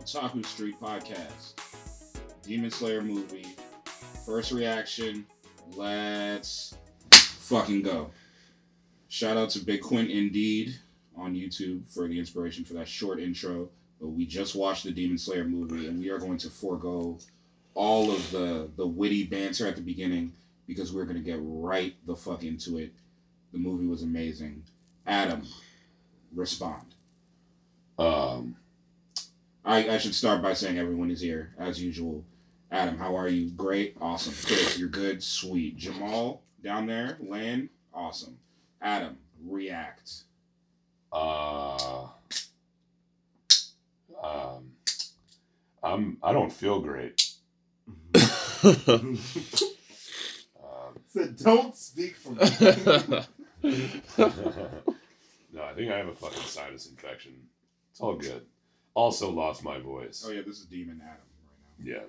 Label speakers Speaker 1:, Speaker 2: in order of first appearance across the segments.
Speaker 1: Otaku Street podcast. Demon Slayer movie. First reaction. Let's fucking go. Shout out to Big Quint Indeed on YouTube for the inspiration for that short intro. But we just watched the Demon Slayer movie and we are going to forego all of the, the witty banter at the beginning because we're going to get right the fuck into it. The movie was amazing. Adam, respond.
Speaker 2: Um,
Speaker 1: I, I should start by saying everyone is here as usual. Adam, how are you? Great, awesome. Chris, you're good, sweet. Jamal down there, Lynn, awesome. Adam, react.
Speaker 2: uh, um, I'm. I don't feel great. Um,
Speaker 3: so don't speak for me.
Speaker 2: no, I think I have a fucking sinus infection. It's all good. Also lost my voice.
Speaker 1: Oh yeah, this is Demon Adam right
Speaker 2: Yeah.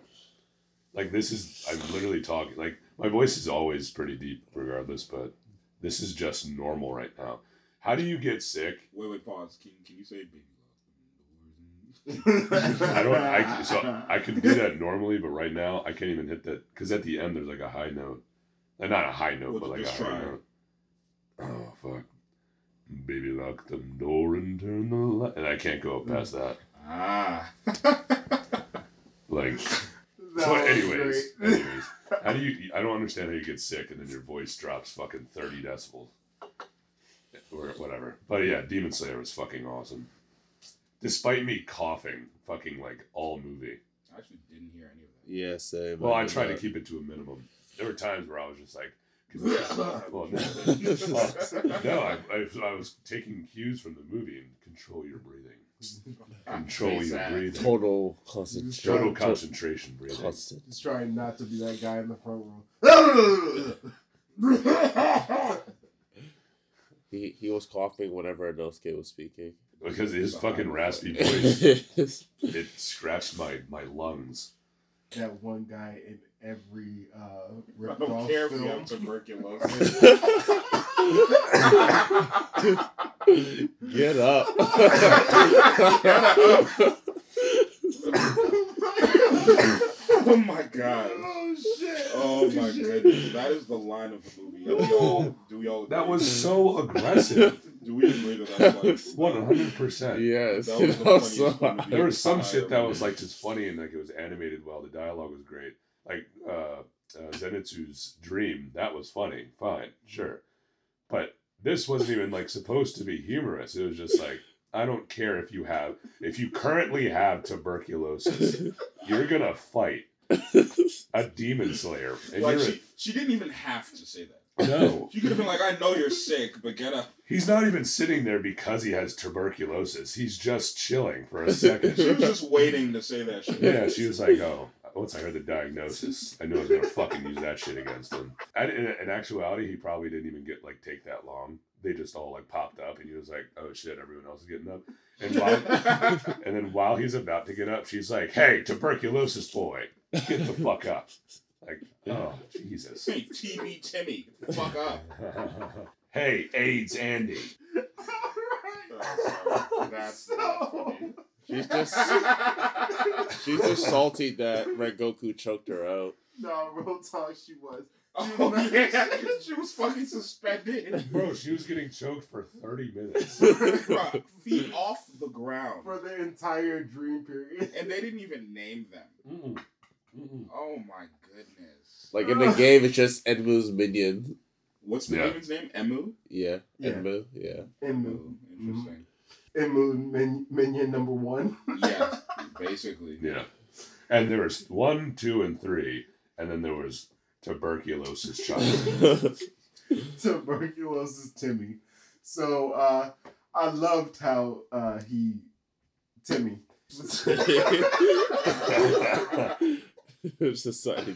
Speaker 2: Like this is I'm literally talking like my voice is always pretty deep regardless, but this is just normal right now. How do you get sick?
Speaker 1: now. Wait, wait, pause. Can, can you say baby love?
Speaker 2: I don't I so I could do that normally, but right now I can't even hit that cuz at the end there's like a high note. Uh, not a high note,
Speaker 1: Well,
Speaker 2: but like a
Speaker 1: just
Speaker 2: high
Speaker 1: try it.
Speaker 2: note. Oh fuck. Baby lock the door and turn the light. And I can't go past that.
Speaker 1: Ah.
Speaker 2: Like
Speaker 3: That
Speaker 2: so
Speaker 3: was
Speaker 2: anyways,
Speaker 3: great.
Speaker 2: anyways, how do you? I don't understand how you get sick and then your voice drops fucking thirty decibels, or whatever. But yeah, Demon Slayer was fucking awesome. Despite me coughing, fucking like all movie.
Speaker 1: I actually didn't hear any of
Speaker 4: yeah, same.
Speaker 2: Well, I
Speaker 4: did
Speaker 2: tried to
Speaker 4: that.
Speaker 2: keep it to a minimum. There were times where I was just like,
Speaker 1: that.
Speaker 2: well, no, no I, I, I was taking cues from the movie and control your breathing, control
Speaker 1: Face
Speaker 2: your
Speaker 1: that.
Speaker 2: breathing,
Speaker 4: Total concentration.
Speaker 2: total concentration breathing.
Speaker 4: Constant.
Speaker 3: Just trying not to be that guy in the front row.
Speaker 4: He he was coughing whenever Inosuke was speaking.
Speaker 2: Because his fucking raspy voice
Speaker 4: yeah,
Speaker 2: it scratched my my lungs.
Speaker 3: that one guy in every uh,
Speaker 1: I
Speaker 3: Rick
Speaker 1: don't
Speaker 3: Ross
Speaker 1: care if you have
Speaker 3: film.
Speaker 1: tuberculosis.
Speaker 4: Get up.
Speaker 1: oh my god.
Speaker 3: oh shit!
Speaker 1: Oh my goodness. That is the line of the movie. Do y'all, do y'all
Speaker 2: That
Speaker 1: agree?
Speaker 2: was so aggressive.
Speaker 1: Do we agree that that's like
Speaker 2: One hundred percent.
Speaker 4: yes.
Speaker 1: That was the
Speaker 4: you know,
Speaker 1: funniest
Speaker 4: so-
Speaker 1: one of the
Speaker 2: There was some
Speaker 1: entire
Speaker 2: shit that was
Speaker 1: movie.
Speaker 2: like just funny and like it was animated well. The dialogue was great. Like uh, uh, Zenitsu's dream, that was funny. Fine,
Speaker 1: Mm-hmm.
Speaker 2: sure, but this wasn't even like supposed to be humorous. It was just like I don't care if you have if you currently have tuberculosis, you're gonna fight a demon slayer, and
Speaker 1: Like
Speaker 2: you're
Speaker 1: she, she didn't even have to say that.
Speaker 2: a, no.
Speaker 1: She could have been like, "I know you're sick, but get up."
Speaker 2: He's not even sitting there because he has tuberculosis. He's just chilling for a
Speaker 1: She
Speaker 2: second.
Speaker 1: was just waiting to say that shit.
Speaker 2: yeah, she was like, "Oh, once I heard the diagnosis, I knew I was gonna fucking use that shit against him." And in, in actuality, he probably didn't even get like take that long. They just all like popped up, and he was like, "Oh shit, everyone else is getting up." And while, and then while he's about to get up, she's like, "Hey, tuberculosis boy, get the fuck up!" Like, oh Jesus.
Speaker 1: Say TB Timmy, fuck up.
Speaker 2: hey, AIDS Andy.
Speaker 1: Oh, sorry. That's not funny.
Speaker 4: she's just she's just salty that Rengoku choked her out.
Speaker 3: no, real talk. She was.
Speaker 1: Oh yeah, she was fucking suspended,
Speaker 2: Bro, she was getting choked for 30 minutes.
Speaker 1: Bruh, feet off the ground,
Speaker 3: for the entire dream period.
Speaker 1: and they didn't even name them.
Speaker 2: Mm-mm. Mm-mm.
Speaker 1: Oh my goodness.
Speaker 4: Like in the game, it's just Edmu's minion.
Speaker 1: What's the
Speaker 2: Yeah.
Speaker 1: demon's name? Emu.
Speaker 4: Yeah,
Speaker 3: Yeah.
Speaker 4: Edmu. Yeah.
Speaker 3: Emu, Mm-hmm.
Speaker 1: Ooh, interesting.
Speaker 3: Emu min- minion number one.
Speaker 1: yes, basically.
Speaker 2: Yeah. And there was one, two, and three. And then there was tuberculosis child.
Speaker 3: tuberculosis Timmy. So uh, I loved how uh, he Timmy.
Speaker 4: Society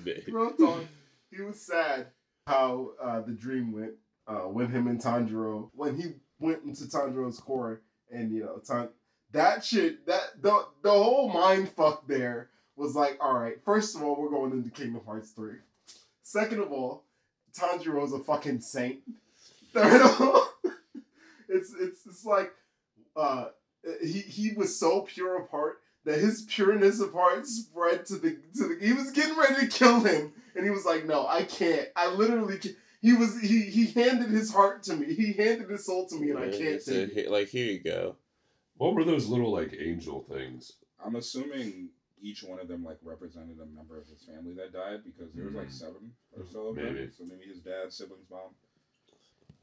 Speaker 4: name.
Speaker 3: Real talk. He was sad how uh, the dream went uh, when him and Tanjiro when he went into Tanjiro's core and you know Tan- that shit that the the whole mind fuck there was like all right first of all we're going into Kingdom Hearts three. Second of all, Tanjiro's a fucking saint. Third of all, it's it's it's like uh, he he was so pure of heart that his pureness of heart spread to the to the. He was getting ready to kill him, and he was like, "No, I can't. I literally can't." He was he he handed his heart to me. He handed his soul to me, and I can't
Speaker 4: It's a-
Speaker 3: take it.
Speaker 4: he- like, here you go.
Speaker 2: What were those little like angel things?
Speaker 1: I'm assuming each one of them like represented a member of his family that died because there was like
Speaker 2: Mhm.
Speaker 1: seven or so of
Speaker 2: Maybe.
Speaker 1: them. So maybe his dad, siblings, mom.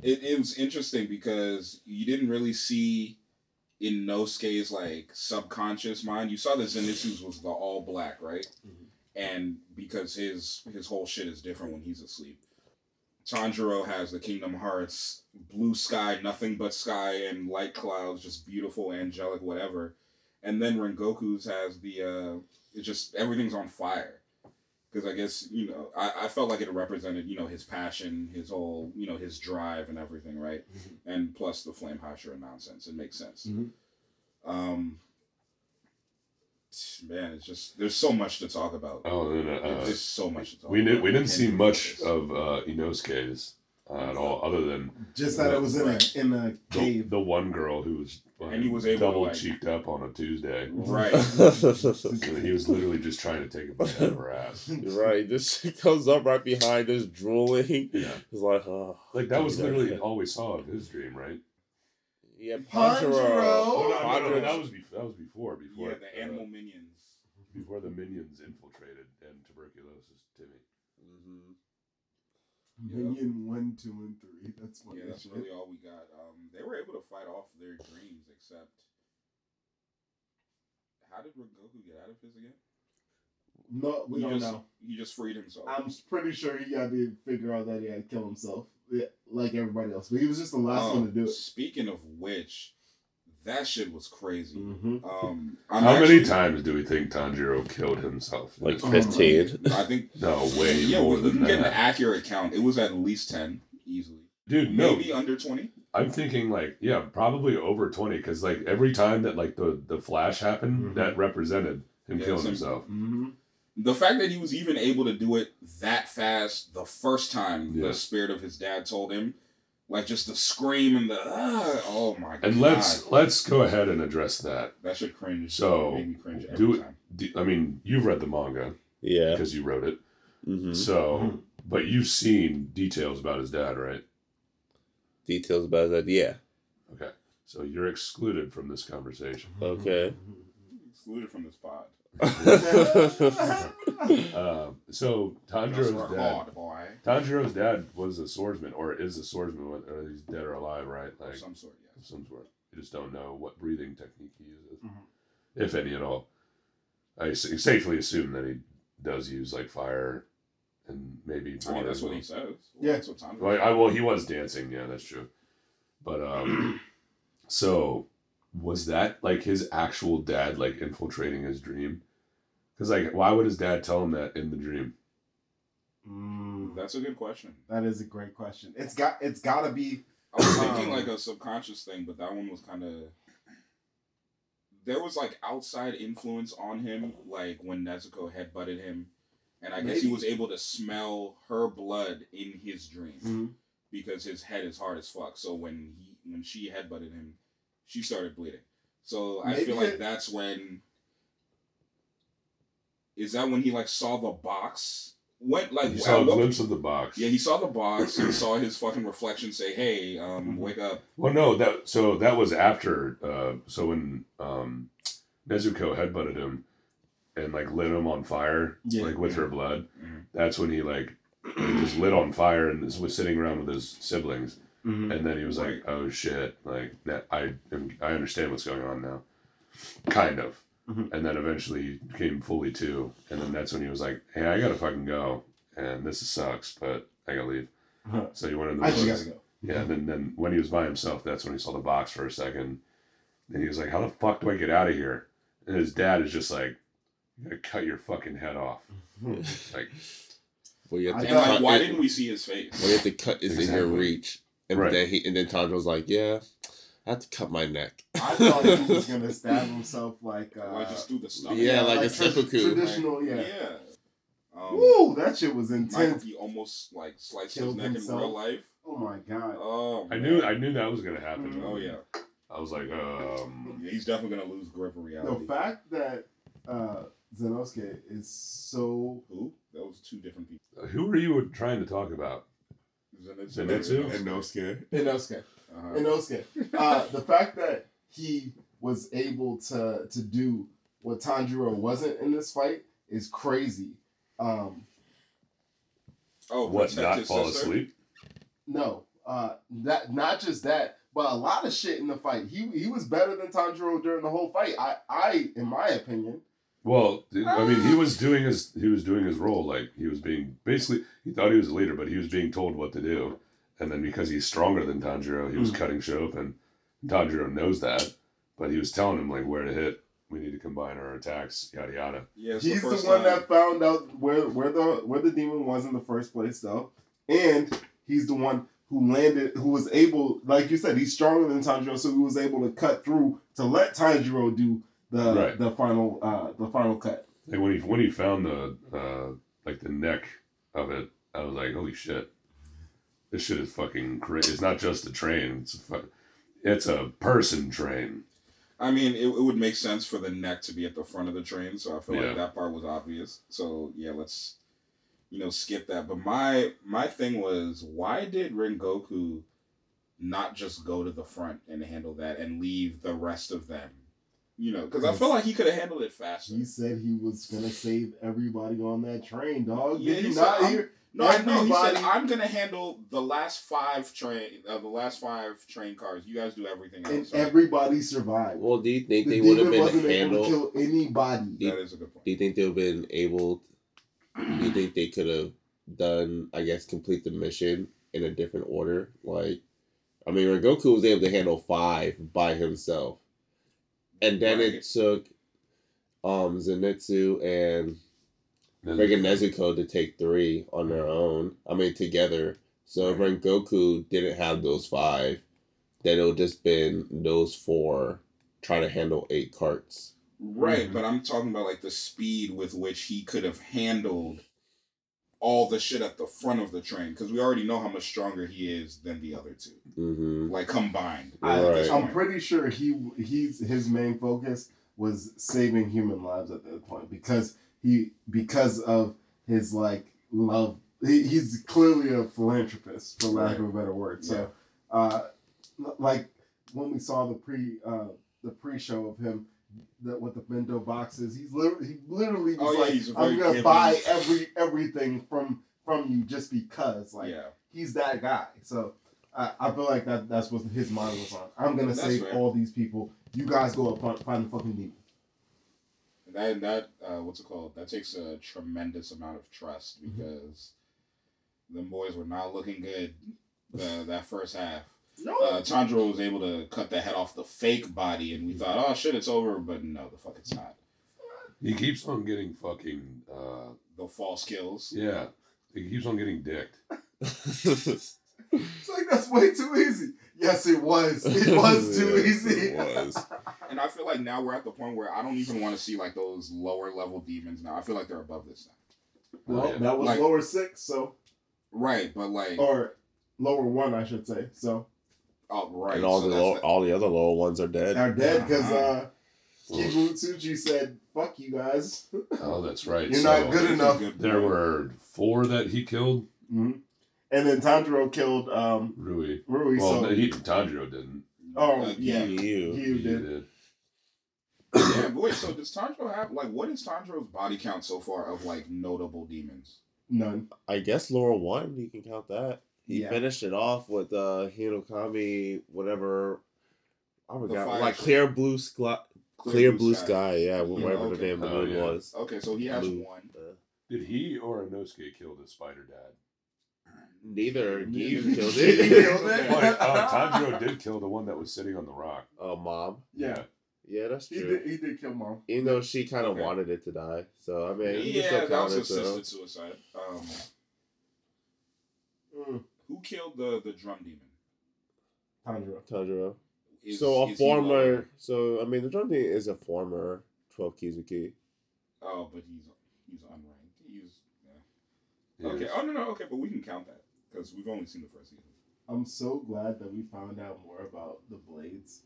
Speaker 1: It, it was interesting because you didn't really see in Nosuke's like subconscious mind. You saw that Zenitsu's was the all black, right?
Speaker 2: Mhm.
Speaker 1: And because his his whole shit is different when he's asleep. Tanjiro has the Kingdom Hearts blue sky, nothing but sky and light clouds, just beautiful, angelic, whatever. And then Rengoku's has the uh it's just everything's on fire. Because I guess, you know, I, I felt like it represented, you know, his passion, his whole, you know, his drive and everything, right? And plus the flame Hashira nonsense. It makes sense.
Speaker 2: Mhm.
Speaker 1: Um man, it's just there's so much to talk about.
Speaker 2: Oh, and then, uh,
Speaker 1: there's just so much to talk
Speaker 2: we
Speaker 1: about.
Speaker 2: didn't we didn't
Speaker 1: can't
Speaker 2: see
Speaker 1: even
Speaker 2: much
Speaker 1: focus.
Speaker 2: of uh, Inosuke's uh, at all, other than
Speaker 3: Just that it was in a
Speaker 1: Right.
Speaker 3: in a
Speaker 2: the,
Speaker 3: cave.
Speaker 2: the one girl who was like,
Speaker 1: And he was able to,
Speaker 2: double
Speaker 1: like-
Speaker 2: cheeked up on a Tuesday.
Speaker 1: Right.
Speaker 2: And he was literally just trying to take a bite out of her ass.
Speaker 4: right. This comes up right behind us, drooling.
Speaker 2: Yeah,
Speaker 4: It's like, oh.
Speaker 2: like that was literally all we saw of his dream, right?
Speaker 4: Yeah,
Speaker 3: Panjiro.
Speaker 4: Panjaro.
Speaker 2: Oh, no, no, no,
Speaker 4: Padres.
Speaker 2: that was before. That was before. Before
Speaker 1: Yeah, the
Speaker 2: uh,
Speaker 1: animal minions.
Speaker 2: Before the minions infiltrated and tuberculosis, Timmy.
Speaker 4: Mhm.
Speaker 3: Minion one, two, and three. That's funny.
Speaker 1: Yeah, that's really all we got. Um, they were able to fight off their dreams, except how did Rengoku get out of his again?
Speaker 3: No, we
Speaker 1: he
Speaker 3: don't
Speaker 1: just,
Speaker 3: know.
Speaker 1: He just freed himself.
Speaker 3: I'm pretty sure he had to figure out that he had to kill himself, yeah, like everybody else. But he was just the last
Speaker 1: Um,
Speaker 3: one to do it.
Speaker 1: Speaking of which, that shit was crazy.
Speaker 3: Mm-hmm.
Speaker 1: Um, I'm
Speaker 2: How
Speaker 1: actually-
Speaker 2: many times do we think Tanjiro killed himself?
Speaker 4: Like
Speaker 3: Oh my
Speaker 4: 15.
Speaker 1: I think.
Speaker 2: no, way
Speaker 1: yeah,
Speaker 2: more
Speaker 1: we, we
Speaker 2: than
Speaker 1: can get an
Speaker 2: that.
Speaker 1: accurate count. It was at least ten, easily.
Speaker 2: Dude, no,
Speaker 1: Maybe under twenty.
Speaker 2: I'm thinking like yeah, probably over twenty because like every time that like the the flash happened,
Speaker 3: Mhm.
Speaker 2: that represented him
Speaker 1: Mm-hmm. Yeah,
Speaker 2: killing
Speaker 1: same.
Speaker 2: himself.
Speaker 3: Mm-hmm.
Speaker 1: the fact that he was even able to do it that fast the first time
Speaker 2: Yeah.
Speaker 1: the spirit of his dad told him, like just the scream and the ah, oh my god,
Speaker 2: And let's let's go ahead and address that.
Speaker 1: that should cringe.
Speaker 2: So,
Speaker 1: It made me cringe every
Speaker 2: do it.
Speaker 1: time.
Speaker 2: Do- I mean, you've read the manga
Speaker 4: Yeah.
Speaker 2: because you wrote it,
Speaker 4: hmm
Speaker 2: so
Speaker 1: Mm-hmm.
Speaker 3: Mhm.
Speaker 2: but you've seen details about his dad, right?
Speaker 4: Details about that. Yeah.
Speaker 2: Okay, so you're excluded from this conversation.
Speaker 4: Okay.
Speaker 1: Excluded from this pod.
Speaker 2: Um, so
Speaker 1: Just
Speaker 2: Tanjiro's dad,
Speaker 1: record, boy.
Speaker 2: Tanjiro's dad was a swordsman, or is a swordsman, whether he's dead or alive, right? Like
Speaker 1: Of some sort,
Speaker 2: of
Speaker 1: yes.
Speaker 2: some sort. You just don't know what breathing technique he uses,
Speaker 3: Mhm.
Speaker 1: Mm-hmm.
Speaker 2: if any at all. I s- safely assume that he does use like fire and maybe
Speaker 1: I
Speaker 2: water.
Speaker 1: mean, that's
Speaker 2: as
Speaker 1: what he
Speaker 2: well.
Speaker 1: says. Well,
Speaker 3: Yeah.
Speaker 1: That's what Tom
Speaker 2: Well, I, well, he was dancing. Yeah, that's true. But um, so was that like his actual dad, like infiltrating his dream? Because like, why would his dad tell him that in the dream?
Speaker 3: Mm,
Speaker 1: That's a good question.
Speaker 3: that is a great question. It's got it's gotta be
Speaker 1: I was thinking
Speaker 3: Um,
Speaker 1: like a subconscious thing, but that one was kind of. There was like outside influence on him, like when Nezuko headbutted him, and I guess he
Speaker 3: Maybe.
Speaker 1: was able to smell her blood in his dream
Speaker 2: Mm.
Speaker 1: because his head is hard as fuck. So when he when she headbutted him, she started bleeding. So I
Speaker 3: Maybe
Speaker 1: feel like
Speaker 3: it-
Speaker 1: that's when. Is that when he like saw the box? What
Speaker 3: Uh,
Speaker 1: like
Speaker 2: He
Speaker 1: at
Speaker 2: saw a
Speaker 1: what-
Speaker 2: glimpse of the box.
Speaker 1: Yeah, he saw the box and saw his fucking reflection say, "Hey, um,
Speaker 3: Mhm.
Speaker 1: wake up."
Speaker 2: Well, no, that so that was after. Uh, so when um, Nezuko headbutted him and like lit him on fire,
Speaker 3: Yeah.
Speaker 2: like with her blood.
Speaker 1: Mhm.
Speaker 2: That's when he like just lit on fire and was sitting around with his siblings,
Speaker 3: Mhm.
Speaker 2: and then he was
Speaker 1: Right.
Speaker 2: like, "Oh shit!" Like that, I am, I understand what's going on now, kind of.
Speaker 3: Mhm.
Speaker 2: And then eventually he came fully to, and then that's when he was like, "Hey, I gotta fucking go, and this sucks, but I gotta leave."
Speaker 3: Huh.
Speaker 2: So he went in the
Speaker 3: Uh-huh. I just
Speaker 2: woods.
Speaker 3: gotta go.
Speaker 2: Yeah, and then, then when he was by himself, that's when he saw the box for a second. And he was like, How the fuck do I get out of here? And his dad is just like, You're gonna cut your fucking head off. Like,
Speaker 4: Well, you have to
Speaker 3: I
Speaker 1: And like,
Speaker 4: cut
Speaker 1: why
Speaker 4: it-
Speaker 1: didn't we see his face?
Speaker 4: Well, you have to cut is in
Speaker 2: Exactly.
Speaker 4: your reach. And
Speaker 2: Right.
Speaker 4: then he and then Tanjiro was like, Yeah, I have to cut my neck.
Speaker 3: I thought he was gonna stab himself like uh,
Speaker 1: Why just do the stuff?
Speaker 4: yeah, like a
Speaker 3: tra-
Speaker 4: seppuku.
Speaker 3: Traditional, yeah.
Speaker 1: yeah. Um,
Speaker 3: Woo, that shit was
Speaker 1: Michael,
Speaker 3: intense.
Speaker 1: he almost like sliced his
Speaker 3: Killed
Speaker 1: neck
Speaker 3: himself.
Speaker 1: in real life.
Speaker 3: Oh my god.
Speaker 1: Oh,
Speaker 2: I
Speaker 1: man.
Speaker 2: knew I knew that was gonna happen.
Speaker 3: Mhm.
Speaker 1: Oh yeah.
Speaker 2: I was like, um
Speaker 1: yeah, he's definitely gonna lose grip of
Speaker 3: The
Speaker 1: reality.
Speaker 3: fact that uh, Zenosuke is so
Speaker 1: Who? That was two different people.
Speaker 2: Who were you trying to talk about?
Speaker 1: Zenitsu.
Speaker 2: Zenitsu?
Speaker 1: And no.
Speaker 5: Inosuke.
Speaker 3: Inosuke.
Speaker 1: Uh-huh.
Speaker 3: Inosuke. Uh, the fact that he was able to to do what Tanjiro wasn't in this fight is crazy. Um,
Speaker 1: Oh,
Speaker 2: What?
Speaker 1: protect
Speaker 2: Not
Speaker 1: his
Speaker 2: fall
Speaker 1: sister?
Speaker 2: asleep?
Speaker 3: no, uh, that not just that, but a lot of shit in the fight. He he was better than Tanjiro during the whole fight. I I in my opinion.
Speaker 2: Well, I mean, he was doing his he was doing his role like he was being basically he thought he was a leader, but he was being told what to do, and then because he's stronger than Tanjiro, he was cutting shit open. Tanjiro knows that, but he was telling him like where to hit. We need to combine our attacks, yada yada.
Speaker 1: Yeah, it's
Speaker 3: He's the,
Speaker 1: the, first
Speaker 3: one
Speaker 1: time.
Speaker 3: that found out where where the where the demon was in the first place, though, and he's the one who landed, who was able, like you said, he's stronger than Tanjiro, so he was able to cut through to let Tanjiro do the
Speaker 2: Right.
Speaker 3: the final uh the final cut.
Speaker 2: Like when he when he found the uh like the neck of it, I was like, holy shit, this shit is fucking crazy. It's not just a train; it's a fu- it's a person train.
Speaker 1: I mean, it, it would make sense for the neck to be at the front of the train, so I feel
Speaker 2: Yeah.
Speaker 1: like that part was obvious. So yeah, let's you know skip that. But my my thing was, why did Rengoku not just go to the front and handle that and leave the rest of them? You know, because I feel like he could have handled it faster.
Speaker 3: He said he was gonna save everybody on that train, dog.
Speaker 1: Yeah,
Speaker 3: Did
Speaker 1: he
Speaker 3: you
Speaker 1: said,
Speaker 3: not
Speaker 1: "I'm
Speaker 3: hear?
Speaker 1: No, I know. He said,
Speaker 3: Everybody-
Speaker 1: "I'm gonna handle the last five train, uh, the last five train cars. You guys do everything
Speaker 3: And
Speaker 1: else." right?
Speaker 3: everybody survived.
Speaker 4: Well, do you think they
Speaker 3: the
Speaker 4: would have
Speaker 3: demon
Speaker 4: been
Speaker 3: wasn't
Speaker 4: handled?
Speaker 3: able to kill anybody.
Speaker 1: that is a good point.
Speaker 4: Do you think they would have been able? Do you think they could have done? I guess complete the mission in a different order. Like, I mean, when Goku was able to handle five by himself, and then
Speaker 1: Right.
Speaker 4: it took um Zenitsu and
Speaker 2: And
Speaker 4: friggin' Nezuko to take three on their own. I mean, together. So if when Goku didn't have those five, then it would just been those four trying to handle eight carts.
Speaker 1: Right,
Speaker 2: Mhm.
Speaker 1: but I'm talking about like the speed with which he could have handled all the shit at the front of the train because we already know how much stronger he is than the other two,
Speaker 4: Mm-hmm.
Speaker 1: like combined.
Speaker 3: I,
Speaker 1: at this
Speaker 4: Right.
Speaker 3: I'm
Speaker 1: point.
Speaker 3: pretty sure he he's his main focus was saving human lives at that point because he because of his like love. He, he's clearly a philanthropist, for lack of a better word. So, uh, l- like when we saw the pre uh, the pre show of him. That with the bento boxes, he's literally he literally was
Speaker 1: Oh, yeah,
Speaker 3: like,
Speaker 1: he's very
Speaker 3: "I'm gonna
Speaker 1: giving."
Speaker 3: buy every everything from from you just because." Like,
Speaker 1: yeah,
Speaker 3: he's that guy. So I, I feel like that that's what his mind was on. I'm gonna
Speaker 1: That's
Speaker 3: save
Speaker 1: fair.
Speaker 3: all these people. You guys go up front, find the fucking demon.
Speaker 1: that that uh, what's it called? That takes a tremendous amount of trust because them boys were not looking good uh, that first half.
Speaker 3: No,
Speaker 1: Uh, Tanjiro was able to cut the head off the fake body, and we thought, "Oh shit, it's over," but no, the fuck, it's not.
Speaker 2: he keeps on getting fucking uh
Speaker 1: The false kills.
Speaker 2: yeah. He keeps on getting dicked.
Speaker 3: it's like that's way too easy. Yes, it was. It was too easy.
Speaker 5: It was.
Speaker 1: And I feel like now we're at the point where I don't even want to see like those lower level demons now. I feel like they're above this now.
Speaker 3: Well,
Speaker 2: Oh, yeah.
Speaker 3: that was
Speaker 1: Like-
Speaker 3: lower six, so
Speaker 1: Right, but like
Speaker 3: or lower one, I should say. So
Speaker 1: oh right.
Speaker 4: and all
Speaker 1: so
Speaker 4: the
Speaker 1: that's
Speaker 4: low,
Speaker 1: the-
Speaker 4: all the other lower ones are dead.
Speaker 3: they're dead because
Speaker 2: Uh-huh.
Speaker 3: uh,
Speaker 2: Ugh.
Speaker 3: Kibu Tsuji said, "Fuck you guys.
Speaker 2: Oh, that's right.
Speaker 3: You're
Speaker 2: So,
Speaker 3: not good
Speaker 1: that's a
Speaker 3: enough."
Speaker 1: good
Speaker 2: There
Speaker 1: point.
Speaker 2: were four that he killed.
Speaker 3: Mhm. And then Tanjiro killed um,
Speaker 2: Rui.
Speaker 3: Rui.
Speaker 2: Well,
Speaker 3: so
Speaker 2: he Tanjiro didn't.
Speaker 3: Oh,
Speaker 1: Uh,
Speaker 3: yeah.
Speaker 4: You.
Speaker 3: he
Speaker 2: He
Speaker 3: did.
Speaker 2: did.
Speaker 1: yeah, boy, so does Tanjiro have like what is Tanjiro's body count so far of like notable demons?
Speaker 3: None.
Speaker 4: I guess Laura won. You can count that. He
Speaker 3: Yeah.
Speaker 4: finished it off with uh Hinokami, whatever. I forgot.
Speaker 1: fire
Speaker 4: Like
Speaker 1: shit.
Speaker 4: clear blue sky. Clear blue sky. Yeah,
Speaker 1: Yeah,
Speaker 4: whatever the
Speaker 1: okay.
Speaker 4: damn
Speaker 2: Oh,
Speaker 4: balloon
Speaker 2: yeah.
Speaker 4: was.
Speaker 1: Okay, so he has
Speaker 4: Blue.
Speaker 1: one.
Speaker 4: Uh,
Speaker 2: Did he or Inosuke kill the spider dad?
Speaker 4: neither you
Speaker 1: Neither.
Speaker 4: killed
Speaker 3: You
Speaker 4: it.
Speaker 3: killed it.
Speaker 2: Wait, oh, Tanjiro did kill the one that was sitting on the rock.
Speaker 4: uh, mom.
Speaker 3: Yeah,
Speaker 4: Yeah, that's
Speaker 3: he
Speaker 4: true.
Speaker 3: did. He did kill mom.
Speaker 4: Even though she kind of
Speaker 1: Okay.
Speaker 4: wanted it to die, so I mean, you can
Speaker 1: yeah,
Speaker 4: still
Speaker 1: that
Speaker 4: count
Speaker 1: was
Speaker 4: it. So.
Speaker 1: assisted suicide. Um
Speaker 3: Mm.
Speaker 1: who killed the the drum demon?
Speaker 3: Tanjiro.
Speaker 4: Tanjiro.
Speaker 1: Is-
Speaker 4: so a
Speaker 1: is he
Speaker 4: former.
Speaker 1: lower?
Speaker 4: So I mean, the drum demon is a former twelve Kizuki.
Speaker 1: Oh, but he's he's unranked. He's yeah.
Speaker 2: Yeah.
Speaker 1: Okay. Oh no no. Okay, but we can count that because we've only seen the first season.
Speaker 3: I'm so glad that we found out more about the blades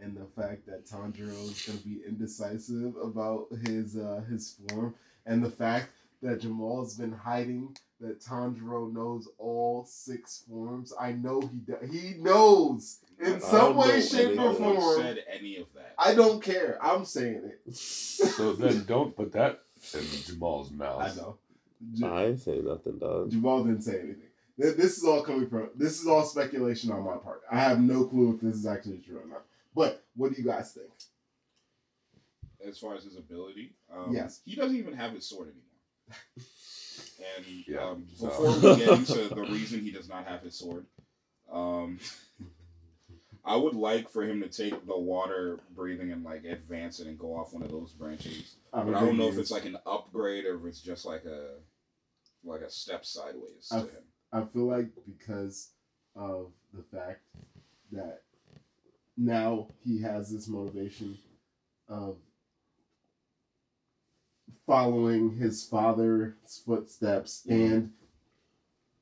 Speaker 3: and the fact that Tanjiro is going to be indecisive about his uh, his form, and the fact that Jamal has been hiding that Tanjiro knows all six forms. I know he do- he knows in
Speaker 1: I
Speaker 3: some
Speaker 4: don't
Speaker 3: way,
Speaker 4: know
Speaker 3: shape,
Speaker 1: No
Speaker 3: or
Speaker 4: anything.
Speaker 1: one
Speaker 3: form.
Speaker 1: said any of that.
Speaker 3: I don't care. I'm saying it.
Speaker 2: So then don't put that in Jamal's mouth.
Speaker 3: I know. J-
Speaker 4: I ain't say nothing, dog.
Speaker 3: Jamal didn't say anything. Th- This is all coming from. This is all speculation on my part. I have no clue if this is actually true or not. But what do you guys think?
Speaker 1: as far as his ability. Um,
Speaker 3: Yes.
Speaker 1: He doesn't even have his sword anymore. And
Speaker 2: Yeah,
Speaker 1: um,
Speaker 2: so-
Speaker 1: before we get into the reason he does not have his sword, um, I would like for him to take the water breathing and like advance it and go off one of those branches. But I don't
Speaker 3: think
Speaker 1: know
Speaker 3: he
Speaker 1: if
Speaker 3: is.
Speaker 1: it's like an upgrade or if it's just like a like a step sideways
Speaker 3: I-
Speaker 1: to him.
Speaker 3: I feel like because of the fact that now he has this motivation of following his father's footsteps
Speaker 1: Mm-hmm.
Speaker 3: and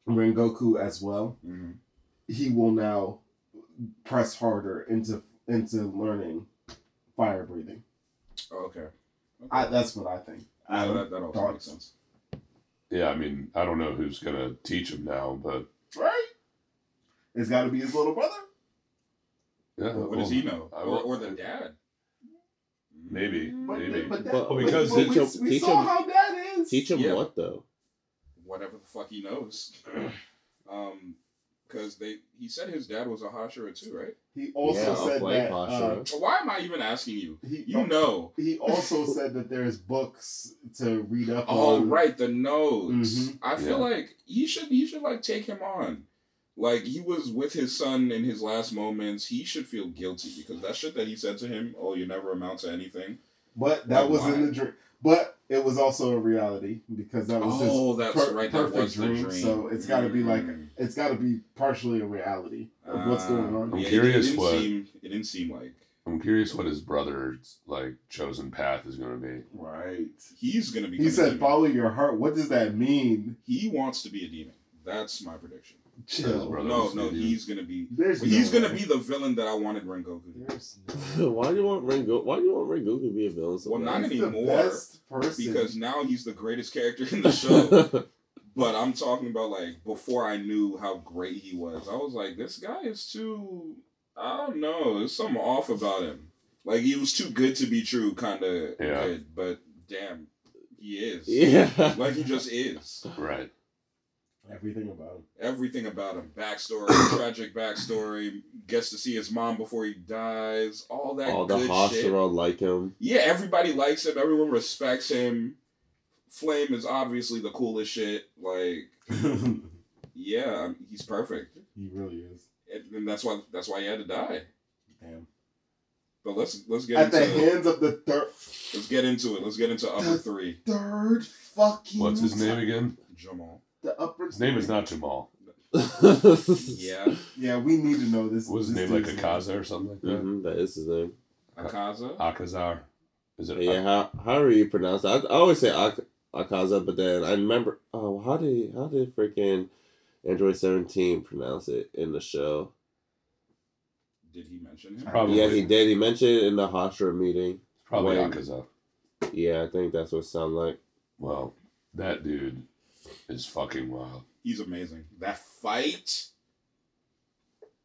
Speaker 3: Rengoku as well.
Speaker 1: Mhm.
Speaker 3: He will now press harder into into learning fire breathing.
Speaker 1: Okay.
Speaker 3: I, that's what I think.
Speaker 1: Yeah, that, that also makes
Speaker 3: Um, thoughts?
Speaker 1: sense.
Speaker 2: Yeah, I mean, I don't know who's gonna teach him now, but
Speaker 3: Right? It's got to be his little brother.
Speaker 2: yeah,
Speaker 1: What
Speaker 2: well,
Speaker 1: does he know?
Speaker 2: I
Speaker 1: Or,
Speaker 2: will-
Speaker 1: or the dad?
Speaker 2: Maybe,
Speaker 1: Mm,
Speaker 3: But,
Speaker 2: maybe.
Speaker 3: but, that,
Speaker 4: But-
Speaker 3: but-
Speaker 2: because
Speaker 3: but
Speaker 2: teach
Speaker 3: we,
Speaker 4: him-
Speaker 3: we
Speaker 4: teach
Speaker 3: saw
Speaker 4: him-
Speaker 3: how that is.
Speaker 4: Teach him
Speaker 1: Yeah.
Speaker 4: what though?
Speaker 1: whatever the fuck he knows. um, because they he said his dad was a Hashira too, right?
Speaker 3: He also
Speaker 4: Yeah,
Speaker 3: said
Speaker 4: Blake
Speaker 3: that.
Speaker 4: Hashira.
Speaker 3: uh,
Speaker 1: Why am I even asking you?
Speaker 3: he,
Speaker 1: You know.
Speaker 3: he also said that there's books to read up
Speaker 1: Oh
Speaker 3: on.
Speaker 1: right, the nodes.
Speaker 3: Mhm.
Speaker 1: I feel
Speaker 2: Yeah.
Speaker 1: like he should he should like take him on. Like he was with his son in his last moments. He should feel guilty because that shit that he said to him, oh you never amount to anything.
Speaker 3: But that
Speaker 1: Like,
Speaker 3: was
Speaker 1: why?
Speaker 3: in the dream. But it was also a reality because that was his.
Speaker 1: Oh, that's
Speaker 3: per-
Speaker 1: right. That
Speaker 3: perfect
Speaker 1: was the
Speaker 3: dream,
Speaker 1: dream.
Speaker 3: so it's gotta be like-
Speaker 1: Mm.
Speaker 3: It's got to be partially a reality of what's going
Speaker 1: Ah,
Speaker 3: on.
Speaker 2: I'm
Speaker 1: yeah, it-
Speaker 2: curious
Speaker 1: It, didn't
Speaker 2: what-
Speaker 1: seem, it didn't seem like
Speaker 2: I'm curious what his brother's like chosen path is gonna be.
Speaker 1: right. He's gonna be.
Speaker 3: He said,
Speaker 1: Follow.
Speaker 3: "Follow your heart." What does that mean?
Speaker 1: He wants to be a demon. That's my prediction.
Speaker 2: His
Speaker 3: Chill.
Speaker 2: brother
Speaker 1: No,
Speaker 2: wants to be
Speaker 1: no,
Speaker 2: a demon.
Speaker 1: he's gonna be.
Speaker 3: There's
Speaker 1: He's
Speaker 3: no
Speaker 1: gonna
Speaker 3: way.
Speaker 1: be the villain that I wanted Rengoku. to be.
Speaker 3: There's no
Speaker 4: why do you want Rengo? Why do you want Rengoku to be a villain? So
Speaker 1: Well, not
Speaker 4: bad?
Speaker 3: He's the
Speaker 1: anymore,
Speaker 3: best person.
Speaker 1: Because now he's the greatest character in the show. but I'm talking about like before I knew how great he was. I was like, this guy is too. I don't know. There's something off about him. Like he was too good to be true, kind of.
Speaker 2: Yeah.
Speaker 1: Kid, but damn, he is.
Speaker 4: yeah.
Speaker 1: Like he just is.
Speaker 2: Right.
Speaker 3: everything about him.
Speaker 1: Everything about him, backstory, tragic backstory, gets to see his mom before he dies, all that
Speaker 4: All the
Speaker 1: good shit.
Speaker 4: Hashira like him.
Speaker 1: yeah, everybody likes him. Everyone respects him. Flame is obviously the coolest shit. Like, yeah, I mean, he's perfect,
Speaker 3: he really is.
Speaker 1: and, and that's why that's why he had to die.
Speaker 3: Damn.
Speaker 1: But let's let's get
Speaker 3: At the
Speaker 1: into
Speaker 3: hands of the third,
Speaker 1: let's get into it. Let's get into upper three.
Speaker 3: third fucking.
Speaker 2: What's
Speaker 4: Mm-hmm.
Speaker 2: his name again?
Speaker 1: Jamal.
Speaker 3: The upper.
Speaker 2: His name is not Jamal.
Speaker 1: Yeah,
Speaker 3: Yeah, we need to know this.
Speaker 2: Was his
Speaker 3: this
Speaker 2: name like
Speaker 4: Mm-hmm.
Speaker 3: dude's
Speaker 2: Akaza or something like that?
Speaker 4: Mhm, that is his name.
Speaker 1: Akaza.
Speaker 2: Akazar. Is it?
Speaker 4: Yeah, how however you pronounce it. I, I always say Ak- Akaza, but then I remember. Oh, how did how did freaking Android Seventeen pronounce it in the show?
Speaker 1: Did he mention him?
Speaker 2: Probably.
Speaker 4: Yes, he did. He mentioned it in the Hashira meeting.
Speaker 2: Probably
Speaker 4: Wait.
Speaker 2: Akaza.
Speaker 4: Yeah, I think that's what it sounded like.
Speaker 2: Well, that dude is fucking wild.
Speaker 1: He's amazing. That fight.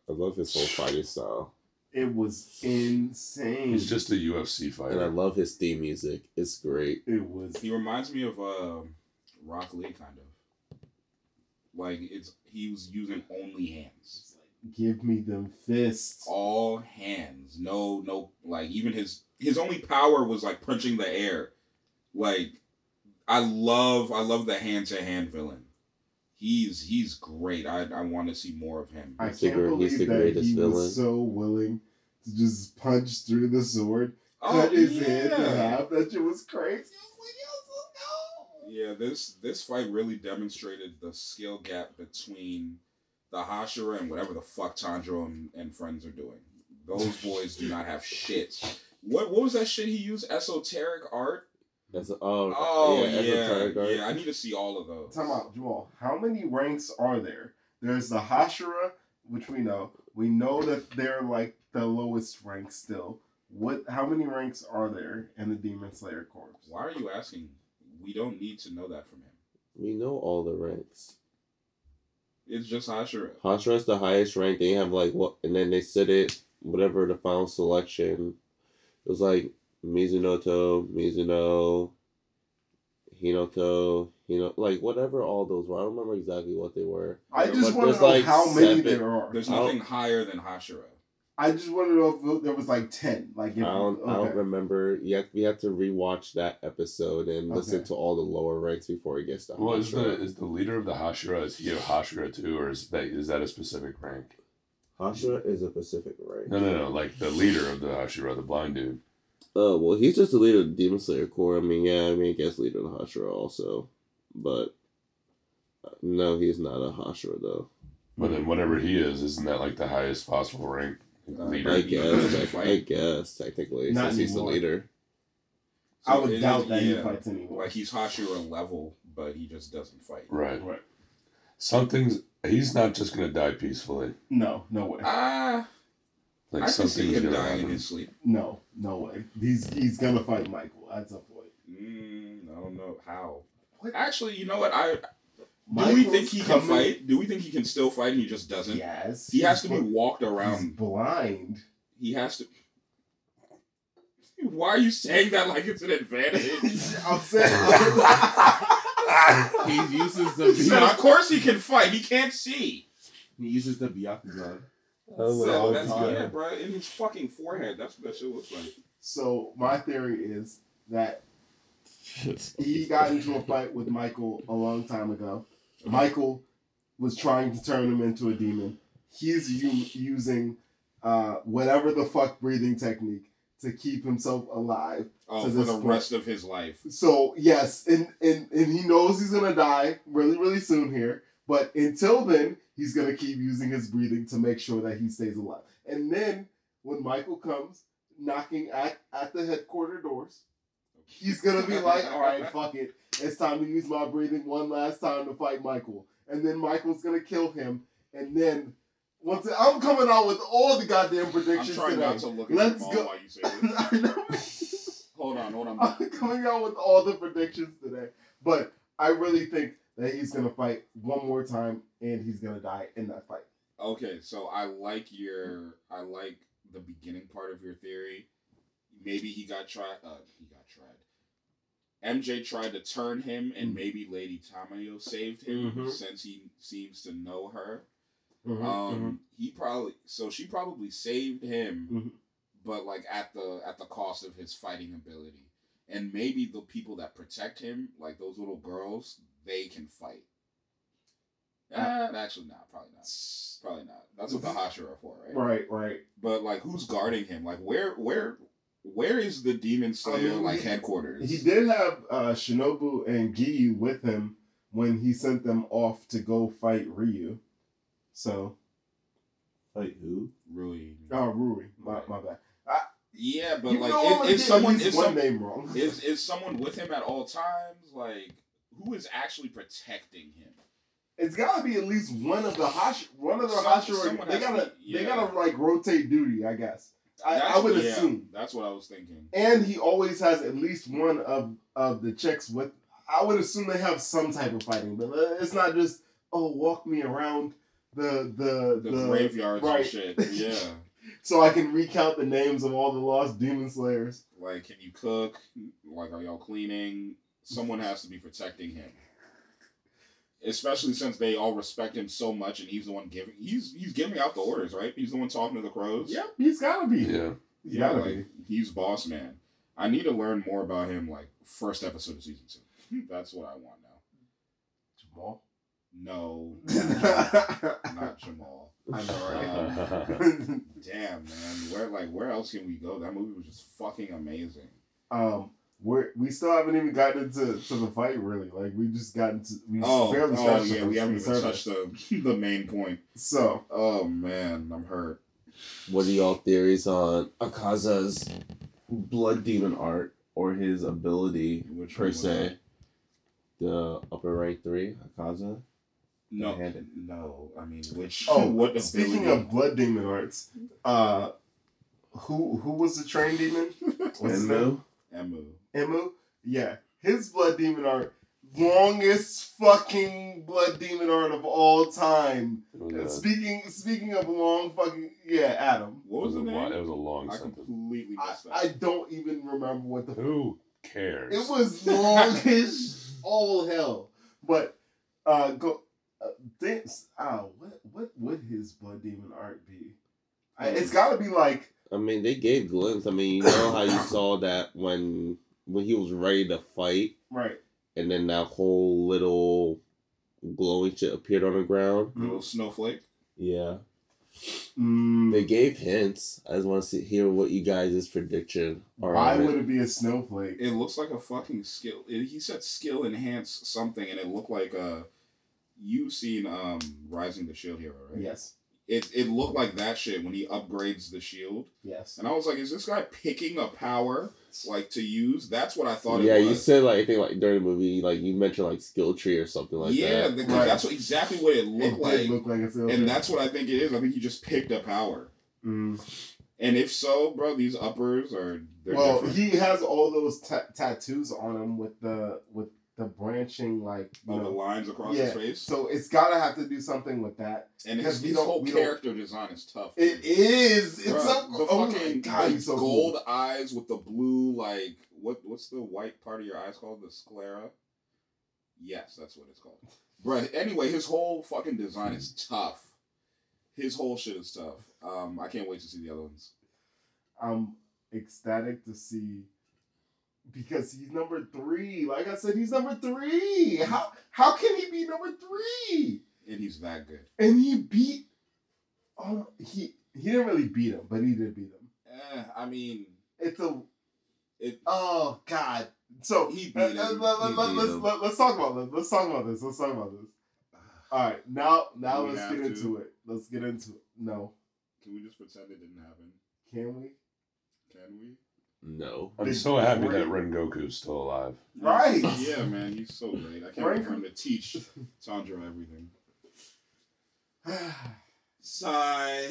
Speaker 4: I love his whole fighting style,
Speaker 3: It was insane.
Speaker 2: He's just a UFC
Speaker 4: Mm. and I
Speaker 2: fighter.
Speaker 4: love his theme music. It's great.
Speaker 3: It was.
Speaker 1: He reminds me of um, Rock Lee, kind of. Like it's he was using only hands,
Speaker 3: Give me them fists.
Speaker 1: all hands. No, no. Like even his his only power was like punching the air. Like I love I love the hand to hand villain. He's he's great. I I want to see more of him.
Speaker 3: I
Speaker 4: He's the
Speaker 3: can't
Speaker 4: gre- he's
Speaker 3: believe
Speaker 4: the
Speaker 3: that
Speaker 4: greatest
Speaker 3: he
Speaker 4: villain.
Speaker 3: was so willing to just punch through the sword,
Speaker 1: Oh,
Speaker 3: cut his
Speaker 1: yeah.
Speaker 3: hands in half. That shit was crazy. I was like,
Speaker 1: Yeah, this this fight really demonstrated the skill gap between the Hashira and whatever the fuck Tanjiro and, and friends are doing. Those boys do not have shit. What what was that shit he used? Esoteric art?
Speaker 4: That's oh,
Speaker 1: Oh yeah, yeah.
Speaker 4: esoteric art.
Speaker 1: I need to see all of those.
Speaker 3: Let's go. Time out, Jamal. How many ranks are there? There's the Hashira, which we know. We know that they're like the lowest rank still. What? How many ranks are there in the Demon Slayer Corps?
Speaker 1: Why are you asking? We don't need to know that from him.
Speaker 4: We know all the ranks.
Speaker 1: It's just Hashira.
Speaker 4: Hashira's the highest rank. They have like what, and then they said it. Whatever the final selection, it was like Mizunoto, Mizuno, Hinoto, Hino, like whatever all those were. I don't remember exactly what they were.
Speaker 3: I just
Speaker 4: But
Speaker 3: want to
Speaker 4: there's
Speaker 3: know
Speaker 4: like
Speaker 3: how many
Speaker 4: seven.
Speaker 3: there are.
Speaker 1: There's
Speaker 4: I don't-
Speaker 1: nothing higher than Hashira.
Speaker 3: I just want to know if there was like ten. Like
Speaker 4: I
Speaker 3: if,
Speaker 4: don't, I
Speaker 3: okay.
Speaker 4: don't remember. You have, we have to rewatch that episode and listen
Speaker 3: Okay.
Speaker 4: to all the lower ranks before it gets to
Speaker 2: Well, is the
Speaker 4: Hashira.
Speaker 2: is the leader of the Hashira is he a Hashira too, or is that is that a specific rank?
Speaker 4: Hashira is a Pacific rank.
Speaker 2: No, no, no. Like the leader of the Hashira, the blind dude.
Speaker 4: Uh, well, he's just the leader of the Demon Slayer Corps. I mean, yeah, I mean, I guess leader of the Hashira also, but uh, no, he's not a Hashira though.
Speaker 2: But
Speaker 4: Mm-hmm.
Speaker 2: then whatever he is, isn't that like the highest possible rank? Leader.
Speaker 4: I
Speaker 1: Right.
Speaker 4: guess, tec- I guess, technically,
Speaker 3: Not
Speaker 4: since he's the
Speaker 3: anymore.
Speaker 4: leader.
Speaker 3: I
Speaker 1: So it
Speaker 3: would
Speaker 1: is-
Speaker 3: doubt that he
Speaker 1: yeah.
Speaker 3: fights anyone.
Speaker 1: Like he's Hashira level, but he just doesn't fight.
Speaker 2: Right. Something's he's not just gonna die peacefully.
Speaker 3: No, no way.
Speaker 1: Ah,
Speaker 2: Like
Speaker 1: I can see
Speaker 2: something's
Speaker 1: him
Speaker 2: gonna
Speaker 1: dying in
Speaker 2: happen.
Speaker 1: his sleep.
Speaker 3: No, no way. He's he's gonna fight Michael at some point.
Speaker 1: Mm, I don't know how.
Speaker 3: What?
Speaker 1: Actually, you know what? I do
Speaker 3: Michael's
Speaker 1: we think he
Speaker 3: coming-
Speaker 1: can fight? Do we think he can still fight and he just doesn't?
Speaker 3: Yes.
Speaker 1: He has to
Speaker 3: He's
Speaker 1: be
Speaker 3: bl-
Speaker 1: walked
Speaker 3: He's
Speaker 1: around.
Speaker 3: blind.
Speaker 1: He has to. Why are you saying that like it's an advantage?
Speaker 3: I'm saying. I'm-
Speaker 5: He uses the
Speaker 1: He said, of
Speaker 5: Byakugan.
Speaker 1: course he can fight. He can't see.
Speaker 5: He uses the Byakugan.
Speaker 2: Oh,
Speaker 1: So
Speaker 2: well,
Speaker 1: that's
Speaker 2: God.
Speaker 1: yeah, bro. In his fucking forehead. That's what that shit looks like.
Speaker 3: so my theory is that he got into a fight with Michael a long time ago. Michael was trying to turn him into a demon. He's u- using uh, whatever the fuck breathing technique to keep himself alive.
Speaker 1: Oh,
Speaker 3: To
Speaker 1: for
Speaker 3: this
Speaker 1: the
Speaker 3: point.
Speaker 1: rest of his life.
Speaker 3: So yes, and and and he knows he's gonna die really really soon here. But until then, he's gonna keep using his breathing to make sure that he stays alive. And then when Michael comes knocking at at the headquarter doors, he's gonna be like, "All right, fuck it, it's time to use my breathing one last time to fight Michael." And then Michael's gonna kill him. And then once I'm coming out with all the goddamn
Speaker 1: I'm
Speaker 3: predictions
Speaker 1: trying
Speaker 3: today.
Speaker 1: not to look at
Speaker 3: Let's
Speaker 1: Let's
Speaker 3: go.
Speaker 1: while you say this.
Speaker 3: I know.
Speaker 1: Hold on, hold on.
Speaker 3: I'm coming out with all the predictions today. But I really think that he's gonna fight one more time and he's gonna die in that fight.
Speaker 1: Okay, so I like your I like the beginning part of your theory. Maybe he got tried. Uh, he got tried. MJ tried to turn him, and
Speaker 3: Mhm.
Speaker 1: maybe Lady Tamayo saved him
Speaker 4: Mhm.
Speaker 1: since he seems to know her.
Speaker 3: Mm-hmm.
Speaker 1: um, he probably so she probably saved him,
Speaker 3: Mhm.
Speaker 1: but like at the at the cost of his fighting ability. And maybe the people that protect him, like those little girls, they can fight. Ah, actually, not probably not. Probably not. That's what the Hashira are for, right?
Speaker 3: Right, right.
Speaker 1: But like, who's guarding him? Like, where, where, where is the Demon Slayer
Speaker 3: mean,
Speaker 1: like
Speaker 3: he-
Speaker 1: headquarters?
Speaker 3: He did have uh, Shinobu and Giyu with him when he sent them off to go fight Ryu. So
Speaker 5: Like who?
Speaker 1: really?
Speaker 3: uh Ruri, my, my bad.
Speaker 1: Yeah, but
Speaker 3: You
Speaker 1: like,
Speaker 3: know
Speaker 1: is,
Speaker 3: I'm gonna
Speaker 1: is
Speaker 3: get
Speaker 1: someone
Speaker 3: at least
Speaker 1: is
Speaker 3: one
Speaker 1: some,
Speaker 3: name wrong.
Speaker 1: is is someone with him at all times? Like, who is actually protecting him?
Speaker 3: It's gotta be at least one of the Hash one of the
Speaker 1: Some-
Speaker 3: Hashira.
Speaker 1: someone
Speaker 3: They
Speaker 1: has
Speaker 3: gotta
Speaker 1: to be-
Speaker 3: they
Speaker 1: yeah.
Speaker 3: gotta like rotate duty, I guess. I, I
Speaker 1: That's-
Speaker 3: would
Speaker 1: yeah,
Speaker 3: assume.
Speaker 1: That's what I was thinking.
Speaker 3: and he always has at least one of of the chicks with. I would assume they have some type of fighting, but uh, it's not just oh walk me around the the
Speaker 1: The,
Speaker 3: the,
Speaker 1: graveyards
Speaker 3: right.
Speaker 1: and shit. Yeah.
Speaker 3: so I can recount the names of all the lost demon slayers.
Speaker 1: like, can you cook? Like, are y'all cleaning? Someone has to be protecting him. Especially since they all respect him so much, and he's the one giving. He's he's giving out the orders, right? He's the one talking to the crows.
Speaker 3: Yep, he's gotta be.
Speaker 2: Yeah.
Speaker 3: He's gotta
Speaker 1: like,
Speaker 3: be.
Speaker 1: He's boss man. I need to learn more about him. Like first episode of season two. Hmm, That's what I want now.
Speaker 3: Jamal.
Speaker 1: No, not Jamal.
Speaker 3: I know,
Speaker 2: Uh,
Speaker 3: right?
Speaker 1: Damn man, where like where else can we go? That movie was just fucking amazing.
Speaker 3: um, we're, we still haven't even gotten into to the fight really. Like we just gotten to we just
Speaker 1: Oh,
Speaker 3: barely
Speaker 1: oh
Speaker 3: scratched
Speaker 1: yeah,
Speaker 3: the,
Speaker 1: we haven't
Speaker 3: the
Speaker 1: even
Speaker 3: surface.
Speaker 1: touched the, the main point.
Speaker 3: So
Speaker 1: Oh man, I'm hurt.
Speaker 4: What are y'all theories on Akaza's blood demon art or his ability
Speaker 1: Which one
Speaker 4: per
Speaker 1: was
Speaker 4: se?
Speaker 1: that?
Speaker 4: The upper rank three, Akaza.
Speaker 1: No,
Speaker 4: Red-handed.
Speaker 1: no. I mean, which?
Speaker 3: Oh,
Speaker 1: what
Speaker 3: speaking
Speaker 1: ability-
Speaker 3: of blood demon arts, uh, who who was the train demon? What's his name?
Speaker 5: Enmu?
Speaker 1: Emu.
Speaker 3: Emu? Yeah. His blood demon art. Longest fucking blood demon art of all time.
Speaker 2: It was,
Speaker 3: And
Speaker 2: a,
Speaker 3: Speaking speaking of long fucking yeah, Adam.
Speaker 2: it
Speaker 1: What was
Speaker 2: was,
Speaker 1: the
Speaker 2: a, wa- it
Speaker 1: name?
Speaker 2: was a long
Speaker 1: I
Speaker 2: something.
Speaker 1: completely
Speaker 3: I,
Speaker 1: messed
Speaker 3: I
Speaker 1: that.
Speaker 3: don't even remember what the
Speaker 2: Who cares?
Speaker 3: It was long as all hell. But uh go uh, this uh what what would his blood demon art be? I, it's
Speaker 1: Hmm.
Speaker 3: gotta be like
Speaker 4: I mean, they gave glimpse. I mean, you know how you saw that when when he was ready to fight,
Speaker 3: right.
Speaker 4: and then that whole little glowing shit appeared on the ground.
Speaker 1: Little snowflake.
Speaker 4: Yeah,
Speaker 3: Mm,
Speaker 4: they gave hints. I just want to see, hear what you guys' prediction are.
Speaker 3: why
Speaker 4: on it.
Speaker 3: would it be a snowflake?
Speaker 1: It looks like a fucking skill. It, he said skill enhance something, and it looked like uh, you've seen um Rising the Shield Hero, right?
Speaker 3: yes.
Speaker 1: It it looked like that shit when he upgrades the shield,
Speaker 3: Yes.
Speaker 1: and I was like, is this guy picking a power like to use? That's what I thought.
Speaker 4: yeah,
Speaker 1: it was.
Speaker 4: you said like I think like during the movie, like you mentioned like skill tree or something like
Speaker 1: yeah,
Speaker 4: that.
Speaker 1: because
Speaker 3: Right.
Speaker 1: that's what, exactly what it looked
Speaker 3: it
Speaker 1: like,
Speaker 3: did look like a snowflake.
Speaker 1: and that's what I think it is. I think he just picked a power,
Speaker 3: Mm.
Speaker 1: and if so, bro, these uppers are they're
Speaker 3: Well,
Speaker 1: different.
Speaker 3: he has all those ta- tattoos on him with the with the branching like you
Speaker 1: Oh, the
Speaker 3: know.
Speaker 1: lines across
Speaker 3: Yeah.
Speaker 1: his face,
Speaker 3: So it's gotta have to do something with that.
Speaker 1: and his,
Speaker 3: because we
Speaker 1: his
Speaker 3: don't-
Speaker 1: whole
Speaker 3: we don't-
Speaker 1: character design is tough.
Speaker 3: It is. It's
Speaker 1: Bruh,
Speaker 3: up.
Speaker 1: the
Speaker 3: oh my
Speaker 1: fucking
Speaker 3: god,
Speaker 1: like,
Speaker 3: he's so
Speaker 1: gold
Speaker 3: cool.
Speaker 1: eyes with the blue like what what's the white part of your eyes called the sclera? Yes, that's what it's called. Bruh, anyway, his whole fucking design is tough. His whole shit is tough. Um, I can't wait to see the other ones.
Speaker 3: I'm ecstatic to see because he's number three. Like I said, he's number three. How how can he be number three?
Speaker 1: And he's that good.
Speaker 3: And he beat. Oh, he he didn't really beat him, but he did beat him.
Speaker 1: Eh, I mean,
Speaker 3: It's a.
Speaker 1: It-
Speaker 3: oh God. So
Speaker 1: He beat
Speaker 3: uh, uh,
Speaker 1: him.
Speaker 3: let- let-
Speaker 4: He
Speaker 3: let-
Speaker 4: beat
Speaker 3: let's
Speaker 4: him.
Speaker 3: let, let's talk about this. Let's talk about this. Let's talk about this. All right, now now
Speaker 1: We
Speaker 3: let's
Speaker 1: have
Speaker 3: get
Speaker 1: to.
Speaker 3: into it. Let's get into it. No,
Speaker 1: can we just pretend it didn't happen?
Speaker 3: can we?
Speaker 1: Can we?
Speaker 4: No.
Speaker 2: I'm
Speaker 3: Big
Speaker 2: so happy
Speaker 3: brain.
Speaker 2: that Ren Goku's still alive.
Speaker 3: Right.
Speaker 1: Yeah, man, he's so great. I can't wait for him to teach Sandra everything. Sigh.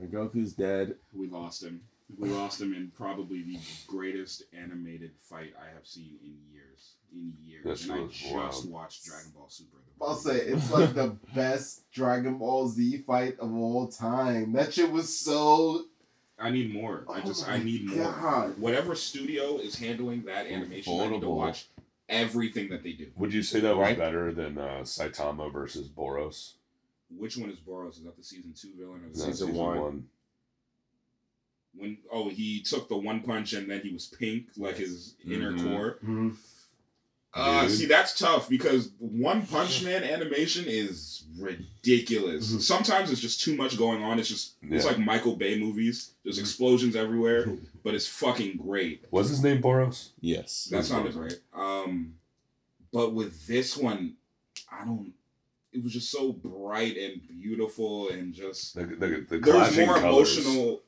Speaker 5: And Goku's dead.
Speaker 1: We lost him. We lost him in probably the greatest animated fight I have seen in years. In years.
Speaker 2: This
Speaker 1: and I
Speaker 2: was
Speaker 1: just
Speaker 2: wild.
Speaker 1: watched Dragon Ball Super.
Speaker 3: I'll say it's like the best Dragon Ball Z fight of all time. That shit was so
Speaker 1: I need more. I
Speaker 3: Oh
Speaker 1: just
Speaker 3: my
Speaker 1: I need more.
Speaker 3: God.
Speaker 1: Whatever studio is handling that animation, I need to
Speaker 5: Vulnerable.
Speaker 1: watch everything that they do.
Speaker 2: Would you say that was
Speaker 4: Right.
Speaker 2: better than uh, Saitama versus Boros?
Speaker 1: Which one is Boros? Is that the season two villain or the
Speaker 2: Is that
Speaker 1: season,
Speaker 4: Season one.
Speaker 1: when oh he took the one punch and then he was pink like his inner
Speaker 5: Mhm.
Speaker 1: core. Mm-hmm.
Speaker 3: Mm-hmm.
Speaker 1: Uh,
Speaker 2: Dude.
Speaker 1: see, that's tough because One Punch Man animation is ridiculous.
Speaker 3: Mhm.
Speaker 1: Sometimes it's just too much going on. It's just it's
Speaker 2: Yeah.
Speaker 1: like Michael Bay movies. There's explosions everywhere, but it's fucking great.
Speaker 2: Was his name Boros?
Speaker 4: Yes.
Speaker 1: That sounded great. Um, but with this one, I don't. It was just so bright and beautiful, and just
Speaker 2: The, the, the
Speaker 1: there was
Speaker 2: clashing
Speaker 1: more
Speaker 2: colors.
Speaker 1: emotional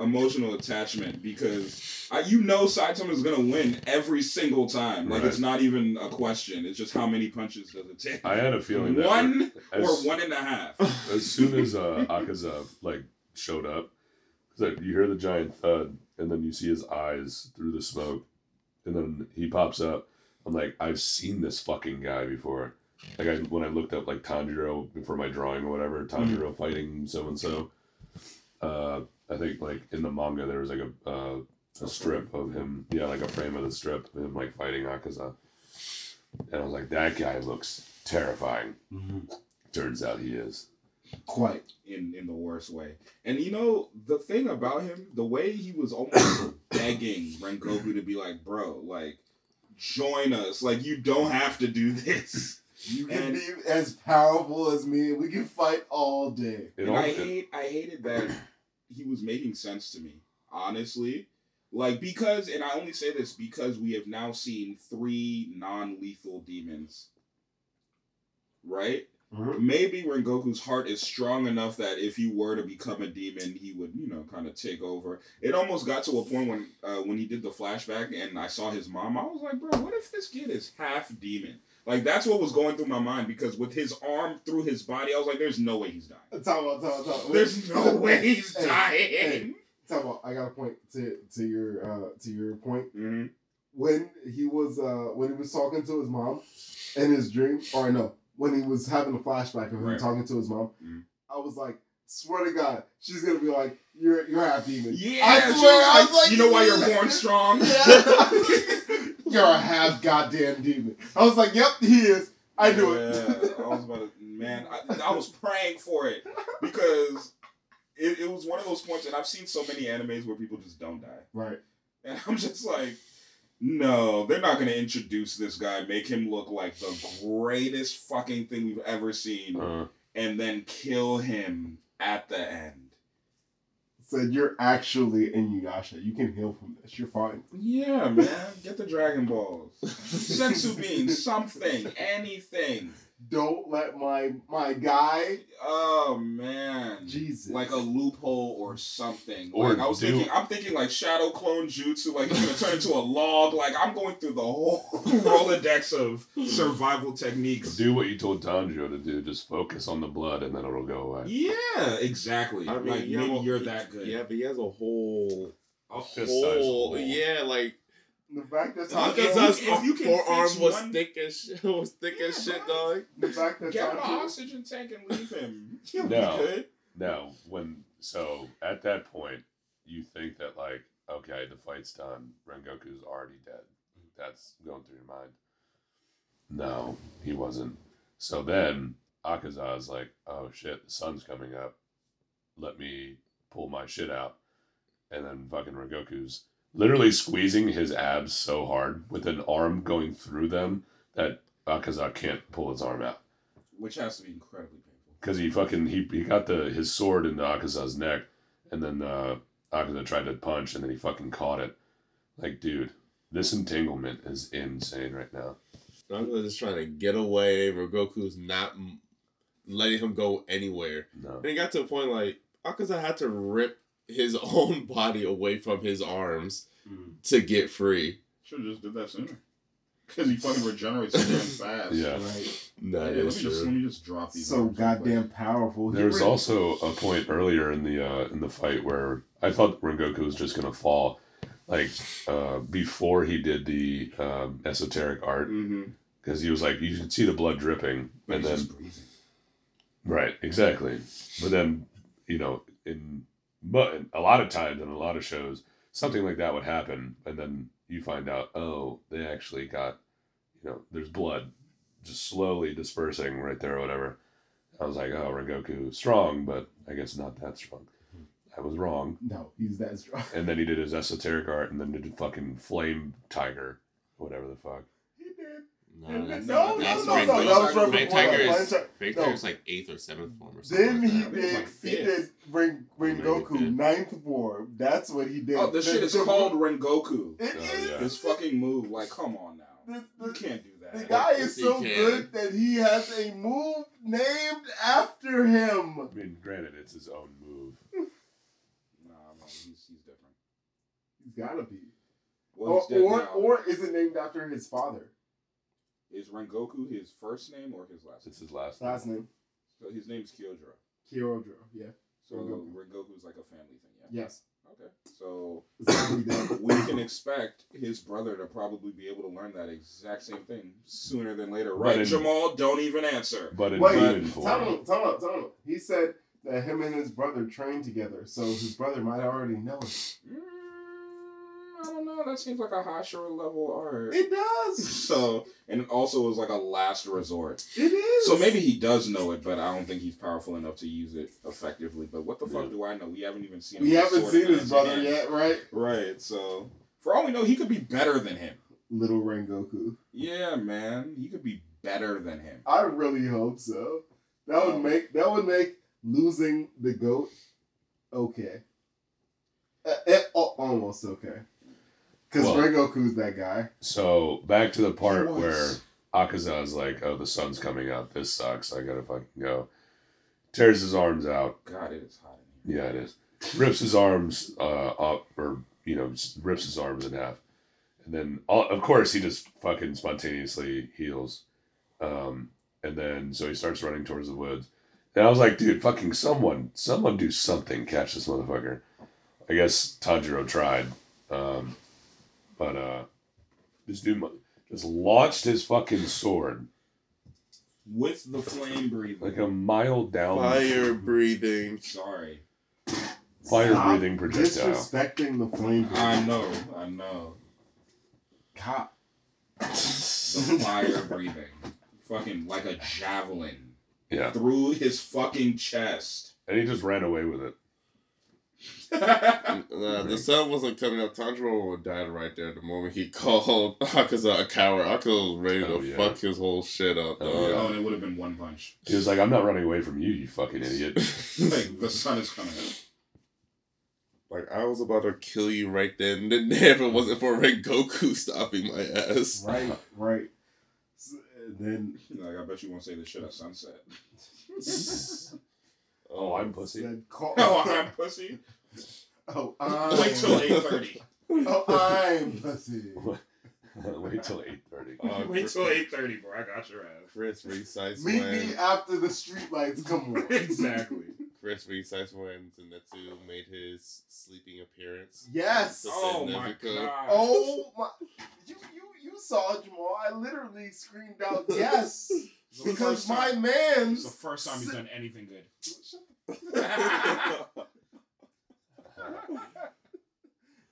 Speaker 1: emotional attachment because I, you know Saitama is gonna win every single time. Like
Speaker 2: Right.
Speaker 1: it's not even a question. It's just how many punches does it take?
Speaker 2: I had a feeling that
Speaker 1: one
Speaker 2: as,
Speaker 1: or one and a half.
Speaker 2: as soon as uh, Akaza like showed up, 'cause, like, you hear the giant thud, and then you see his eyes through the smoke, and then he pops up. I'm like, I've seen this fucking guy before. Like I, when I looked up like Tanjiro for my drawing or whatever, Tanjiro
Speaker 1: Mm.
Speaker 2: fighting so and so. Uh, I think like in the manga there was like a uh, a strip of him, yeah, like a frame of the strip of him like fighting Akaza, and I was like, that guy looks terrifying.
Speaker 3: Mm-hmm.
Speaker 2: Turns out he is.
Speaker 3: quite.
Speaker 1: in in the worst way. And you know the thing about him, the way he was almost begging Rengoku to be like, bro, like join us. Like you don't have to do this.
Speaker 3: You can
Speaker 1: And-
Speaker 3: be as powerful as me. We can fight all day.
Speaker 2: It
Speaker 1: and
Speaker 2: all-
Speaker 1: I
Speaker 2: it-
Speaker 1: hate I hated that he was making sense to me, honestly. Like because and I only say this because we have now seen three non-lethal demons. Right?
Speaker 3: Mhm.
Speaker 2: Mm-hmm.
Speaker 1: Maybe Rengoku's heart is strong enough that if he were to become a demon, he would, you know, kind of take over. It almost got to a point when uh, when he did the flashback and I saw his mom, I was like, bro, what if this kid is half demon? Like that's what was going through my mind because with his arm through his body, I was like, there's no way he's dying.
Speaker 3: Talk about, talk about, talk about.
Speaker 1: There's no way he's
Speaker 3: Hey,
Speaker 1: dying.
Speaker 3: hey. Talk about. I got a point to to your uh to your point.
Speaker 1: Mhm.
Speaker 3: When he was uh when he was talking to his mom in his dream, or no, when he was having a flashback of him
Speaker 1: Right.
Speaker 3: talking to his mom,
Speaker 1: Mhm.
Speaker 3: I was like, swear to God, she's gonna be like, you're you're half demon.
Speaker 1: Yeah,
Speaker 3: I
Speaker 1: she was
Speaker 3: swear, I was like-
Speaker 1: you know why you're born strong?
Speaker 3: You're a half goddamn demon. I was like, yep, he is. I knew it.
Speaker 1: Yeah, I was about to, man, I, I was praying for it because it, it was one of those points, and I've seen so many animes where people just don't die.
Speaker 3: right.
Speaker 1: And I'm just like, no, they're not going to introduce this guy, make him look like the greatest fucking thing we've ever seen,
Speaker 2: Uh,
Speaker 1: and then kill him at the end.
Speaker 3: Said you're actually Inuyasha. You can heal from this. You're fine.
Speaker 1: Yeah, man. Get the Dragon Balls. Sensu beans, something, anything.
Speaker 3: Don't let my my guy
Speaker 1: Oh man.
Speaker 3: Jesus
Speaker 1: Like a loophole or something.
Speaker 2: Or
Speaker 1: like I was
Speaker 2: do-
Speaker 1: thinking I'm thinking like shadow clone jutsu, like he's gonna turn into a log. Like I'm going through the whole Rolodex of survival techniques.
Speaker 2: do what you told Tanjiro to do. Just focus on the blood, and then it'll go away.
Speaker 1: Yeah, exactly.
Speaker 4: I mean,
Speaker 1: like
Speaker 4: yeah,
Speaker 1: maybe
Speaker 4: well,
Speaker 1: you're that good.
Speaker 4: Yeah, but he has a whole,
Speaker 1: A
Speaker 2: Fist-sized
Speaker 4: whole,
Speaker 2: hole.
Speaker 4: yeah, like
Speaker 3: the fact that
Speaker 1: Look
Speaker 4: because
Speaker 1: at
Speaker 3: Tanjiro,
Speaker 1: us.
Speaker 4: his
Speaker 1: if you can fix
Speaker 4: forearm was
Speaker 1: one-
Speaker 4: thick as shit, was thick as
Speaker 1: Yeah,
Speaker 4: shit,
Speaker 1: bro.
Speaker 4: dog.
Speaker 3: the fact that
Speaker 1: Get him an
Speaker 3: Tanjiro,
Speaker 1: oxygen tank and leave him. He'll
Speaker 2: No.
Speaker 1: be good.
Speaker 2: Now, when so at that point, you think that like, okay, the fight's done. Rengoku's already dead. That's going through your mind. No, he wasn't. So then Akaza's like, oh shit, the sun's coming up. Let me pull my shit out. And then fucking Rengoku's literally squeezing his abs so hard with an arm going through them that Akaza can't pull his arm out
Speaker 1: Which has to be incredibly painful.
Speaker 2: because he fucking he, he got the his sword into Akaza's neck, and then uh, Akaza tried to punch, and then he fucking caught it. Like, dude, this entanglement is insane right now.
Speaker 4: Naruto just trying to get away. Goku's not m- letting him go anywhere.
Speaker 2: No,
Speaker 4: And it got to a point like Akaza had to rip his own body away from his arms
Speaker 3: Mm.
Speaker 4: to get free.
Speaker 1: Should have just did that sooner. Because he fucking regenerates so damn fast.
Speaker 2: Yeah.
Speaker 3: right?
Speaker 1: Yeah, let,
Speaker 4: That
Speaker 1: me
Speaker 4: is
Speaker 1: just, let
Speaker 4: true.
Speaker 1: me just drop these.
Speaker 3: So
Speaker 1: arms real quick.
Speaker 3: goddamn powerful. He
Speaker 2: there was
Speaker 3: really-
Speaker 2: also a point earlier in the uh, in the fight where I thought Rengoku was just gonna fall, like uh, before he did the um, esoteric art,
Speaker 1: Mm-hmm.
Speaker 2: because he was like, you could see the blood dripping,
Speaker 1: But
Speaker 2: and
Speaker 1: he's
Speaker 2: then
Speaker 1: just breathing.
Speaker 2: Right, exactly. But then, you know, in but a lot of times in a lot of shows, something like that would happen, and then you find out, oh, they actually got, you know, there's blood just slowly dispersing right there or whatever. I was like, oh, Rengoku strong, but I guess not that strong.
Speaker 3: Mm-hmm.
Speaker 2: I was wrong.
Speaker 3: No, he's that strong.
Speaker 2: And then he did his esoteric art, and then did fucking flame tiger, whatever the fuck.
Speaker 3: He did.
Speaker 4: No, that's-
Speaker 3: No,
Speaker 4: that's
Speaker 3: no,
Speaker 4: Flame
Speaker 3: no, no, that was
Speaker 4: Tiger.
Speaker 3: right
Speaker 4: Flame
Speaker 3: before
Speaker 4: Tiger
Speaker 3: that.
Speaker 4: is-
Speaker 3: Flame Tiger-
Speaker 4: Flame
Speaker 3: no.
Speaker 4: Tiger's like eighth or seventh form or something.
Speaker 3: Then
Speaker 4: like
Speaker 3: he
Speaker 4: that.
Speaker 1: It was
Speaker 3: did.
Speaker 1: like
Speaker 3: he
Speaker 1: fifth.
Speaker 3: did. Bring bring
Speaker 4: Maybe
Speaker 3: Goku
Speaker 4: fifth.
Speaker 3: ninth form. That's what he did.
Speaker 1: Oh, the shit is called Rengoku.
Speaker 3: It
Speaker 2: Oh,
Speaker 3: is.
Speaker 2: yeah.
Speaker 1: This fucking move, like, come on now.
Speaker 3: The,
Speaker 1: You
Speaker 3: the,
Speaker 1: can't do
Speaker 3: the
Speaker 1: that.
Speaker 3: guy
Speaker 4: Yes,
Speaker 3: is
Speaker 4: he
Speaker 3: so
Speaker 4: can.
Speaker 3: good that he has a move named after him.
Speaker 2: I mean, granted, it's his own move.
Speaker 1: Nah, man, he's, he's different.
Speaker 3: He's gotta be.
Speaker 1: Well, he's
Speaker 3: or
Speaker 1: dead
Speaker 3: or,
Speaker 1: now.
Speaker 3: or is it named after his father?
Speaker 1: is Rengoku his first name or his last? Name?
Speaker 2: It's his last. name.
Speaker 3: Last name
Speaker 1: So his name's Kyojuro.
Speaker 3: Kyojuro. Yeah.
Speaker 1: So
Speaker 3: Rengoku.
Speaker 1: Rengoku's like a family thing, yeah.
Speaker 3: Yes.
Speaker 1: Okay. So
Speaker 3: It's gotta be that.
Speaker 1: we can expect his brother to probably be able to learn that exact same thing sooner than later, right?
Speaker 2: in-
Speaker 1: Jamal, don't even answer.
Speaker 2: But in
Speaker 3: Wait,
Speaker 2: demon
Speaker 3: tell
Speaker 2: form.
Speaker 3: him, tell him, tell him. He said that him and his brother trained together, so his brother might already know it.
Speaker 1: Mm, I don't know. That seems like a Hashira level art.
Speaker 3: It does.
Speaker 1: So, and it also is like a last resort.
Speaker 3: It is.
Speaker 1: So maybe he does know it, but I don't think he's powerful enough to use it effectively. But what the fuck
Speaker 2: Yeah.
Speaker 1: do I know? We haven't even seen.
Speaker 3: we
Speaker 1: him with
Speaker 3: haven't
Speaker 1: sword
Speaker 3: seen
Speaker 1: in
Speaker 3: his brother
Speaker 1: hand.
Speaker 3: yet, right?
Speaker 1: Right. So, for all we know, he could be better than him.
Speaker 3: Little Rengoku.
Speaker 1: Yeah, man, he could be better than him.
Speaker 3: I really hope so. That
Speaker 2: Oh.
Speaker 3: would
Speaker 1: Um,
Speaker 3: make that would make losing the goat okay. Uh, eh, al- almost okay. Because
Speaker 2: Well-
Speaker 3: Rengoku's that guy.
Speaker 2: So back to the part
Speaker 1: He was.
Speaker 2: where Akaza is like, oh, the sun's coming out. This sucks. I gotta fucking go. Tears his arms out.
Speaker 1: God, it is hot in here.
Speaker 2: Yeah, it is. Rips his arms uh, up, or you know, s- rips his arms in half, and then all, of course he just fucking spontaneously heals, um, and then so he starts running towards the woods. And I was like, dude, fucking someone, someone do something, catch this motherfucker. I guess Tanjiro tried, um, but uh, this dude mu- just launched his fucking sword
Speaker 1: With the flame breathing.
Speaker 2: like a mile down
Speaker 4: Fire breathing.
Speaker 1: Sorry.
Speaker 2: fire
Speaker 3: Stop
Speaker 2: breathing projectile.
Speaker 3: Disrespecting the flame.
Speaker 1: I know. I know. God. The fire breathing. Fucking like a javelin.
Speaker 2: Yeah.
Speaker 1: Through his fucking chest.
Speaker 2: And he just ran away with it.
Speaker 1: That's
Speaker 4: Nah, the sun wasn't coming up. Tanjiro would have died right there the moment he called Akaza a coward. Akaza was ready
Speaker 2: Oh,
Speaker 4: to
Speaker 2: yeah.
Speaker 4: fuck his whole shit up.
Speaker 2: Oh,
Speaker 4: dog.
Speaker 1: Oh, and it would have been one punch.
Speaker 2: He was like, I'm not running away from you, you fucking idiot.
Speaker 1: Like the sun is coming up.
Speaker 4: Like I was about to kill you right then. Then if it wasn't for Red Goku stopping my ass.
Speaker 3: Right, right. S- and then
Speaker 1: Like I bet you won't say this shit at sunset.
Speaker 2: Oh, I'm pussy.
Speaker 3: said, call,
Speaker 1: oh, I'm pussy.
Speaker 3: oh, I'm,
Speaker 1: Wait till eight thirty.
Speaker 3: oh, I'm pussy.
Speaker 2: Wait till 8.30.
Speaker 4: Uh,
Speaker 1: Wait till eight thirty, bro. I got your ass.
Speaker 4: Chris recites
Speaker 3: Meet
Speaker 4: when
Speaker 3: me after the streetlights come on.
Speaker 1: exactly.
Speaker 4: Chris recites when Zenitsu made his sleeping appearance.
Speaker 3: Yes.
Speaker 4: Just
Speaker 1: Oh
Speaker 4: said
Speaker 1: my
Speaker 4: Nezuko.
Speaker 1: god.
Speaker 3: Oh my! You you you saw it, Jamal. I literally screamed out yes
Speaker 1: It's the
Speaker 3: because
Speaker 1: first
Speaker 3: my
Speaker 1: time-
Speaker 3: man's.
Speaker 1: it's the first time he's done anything good.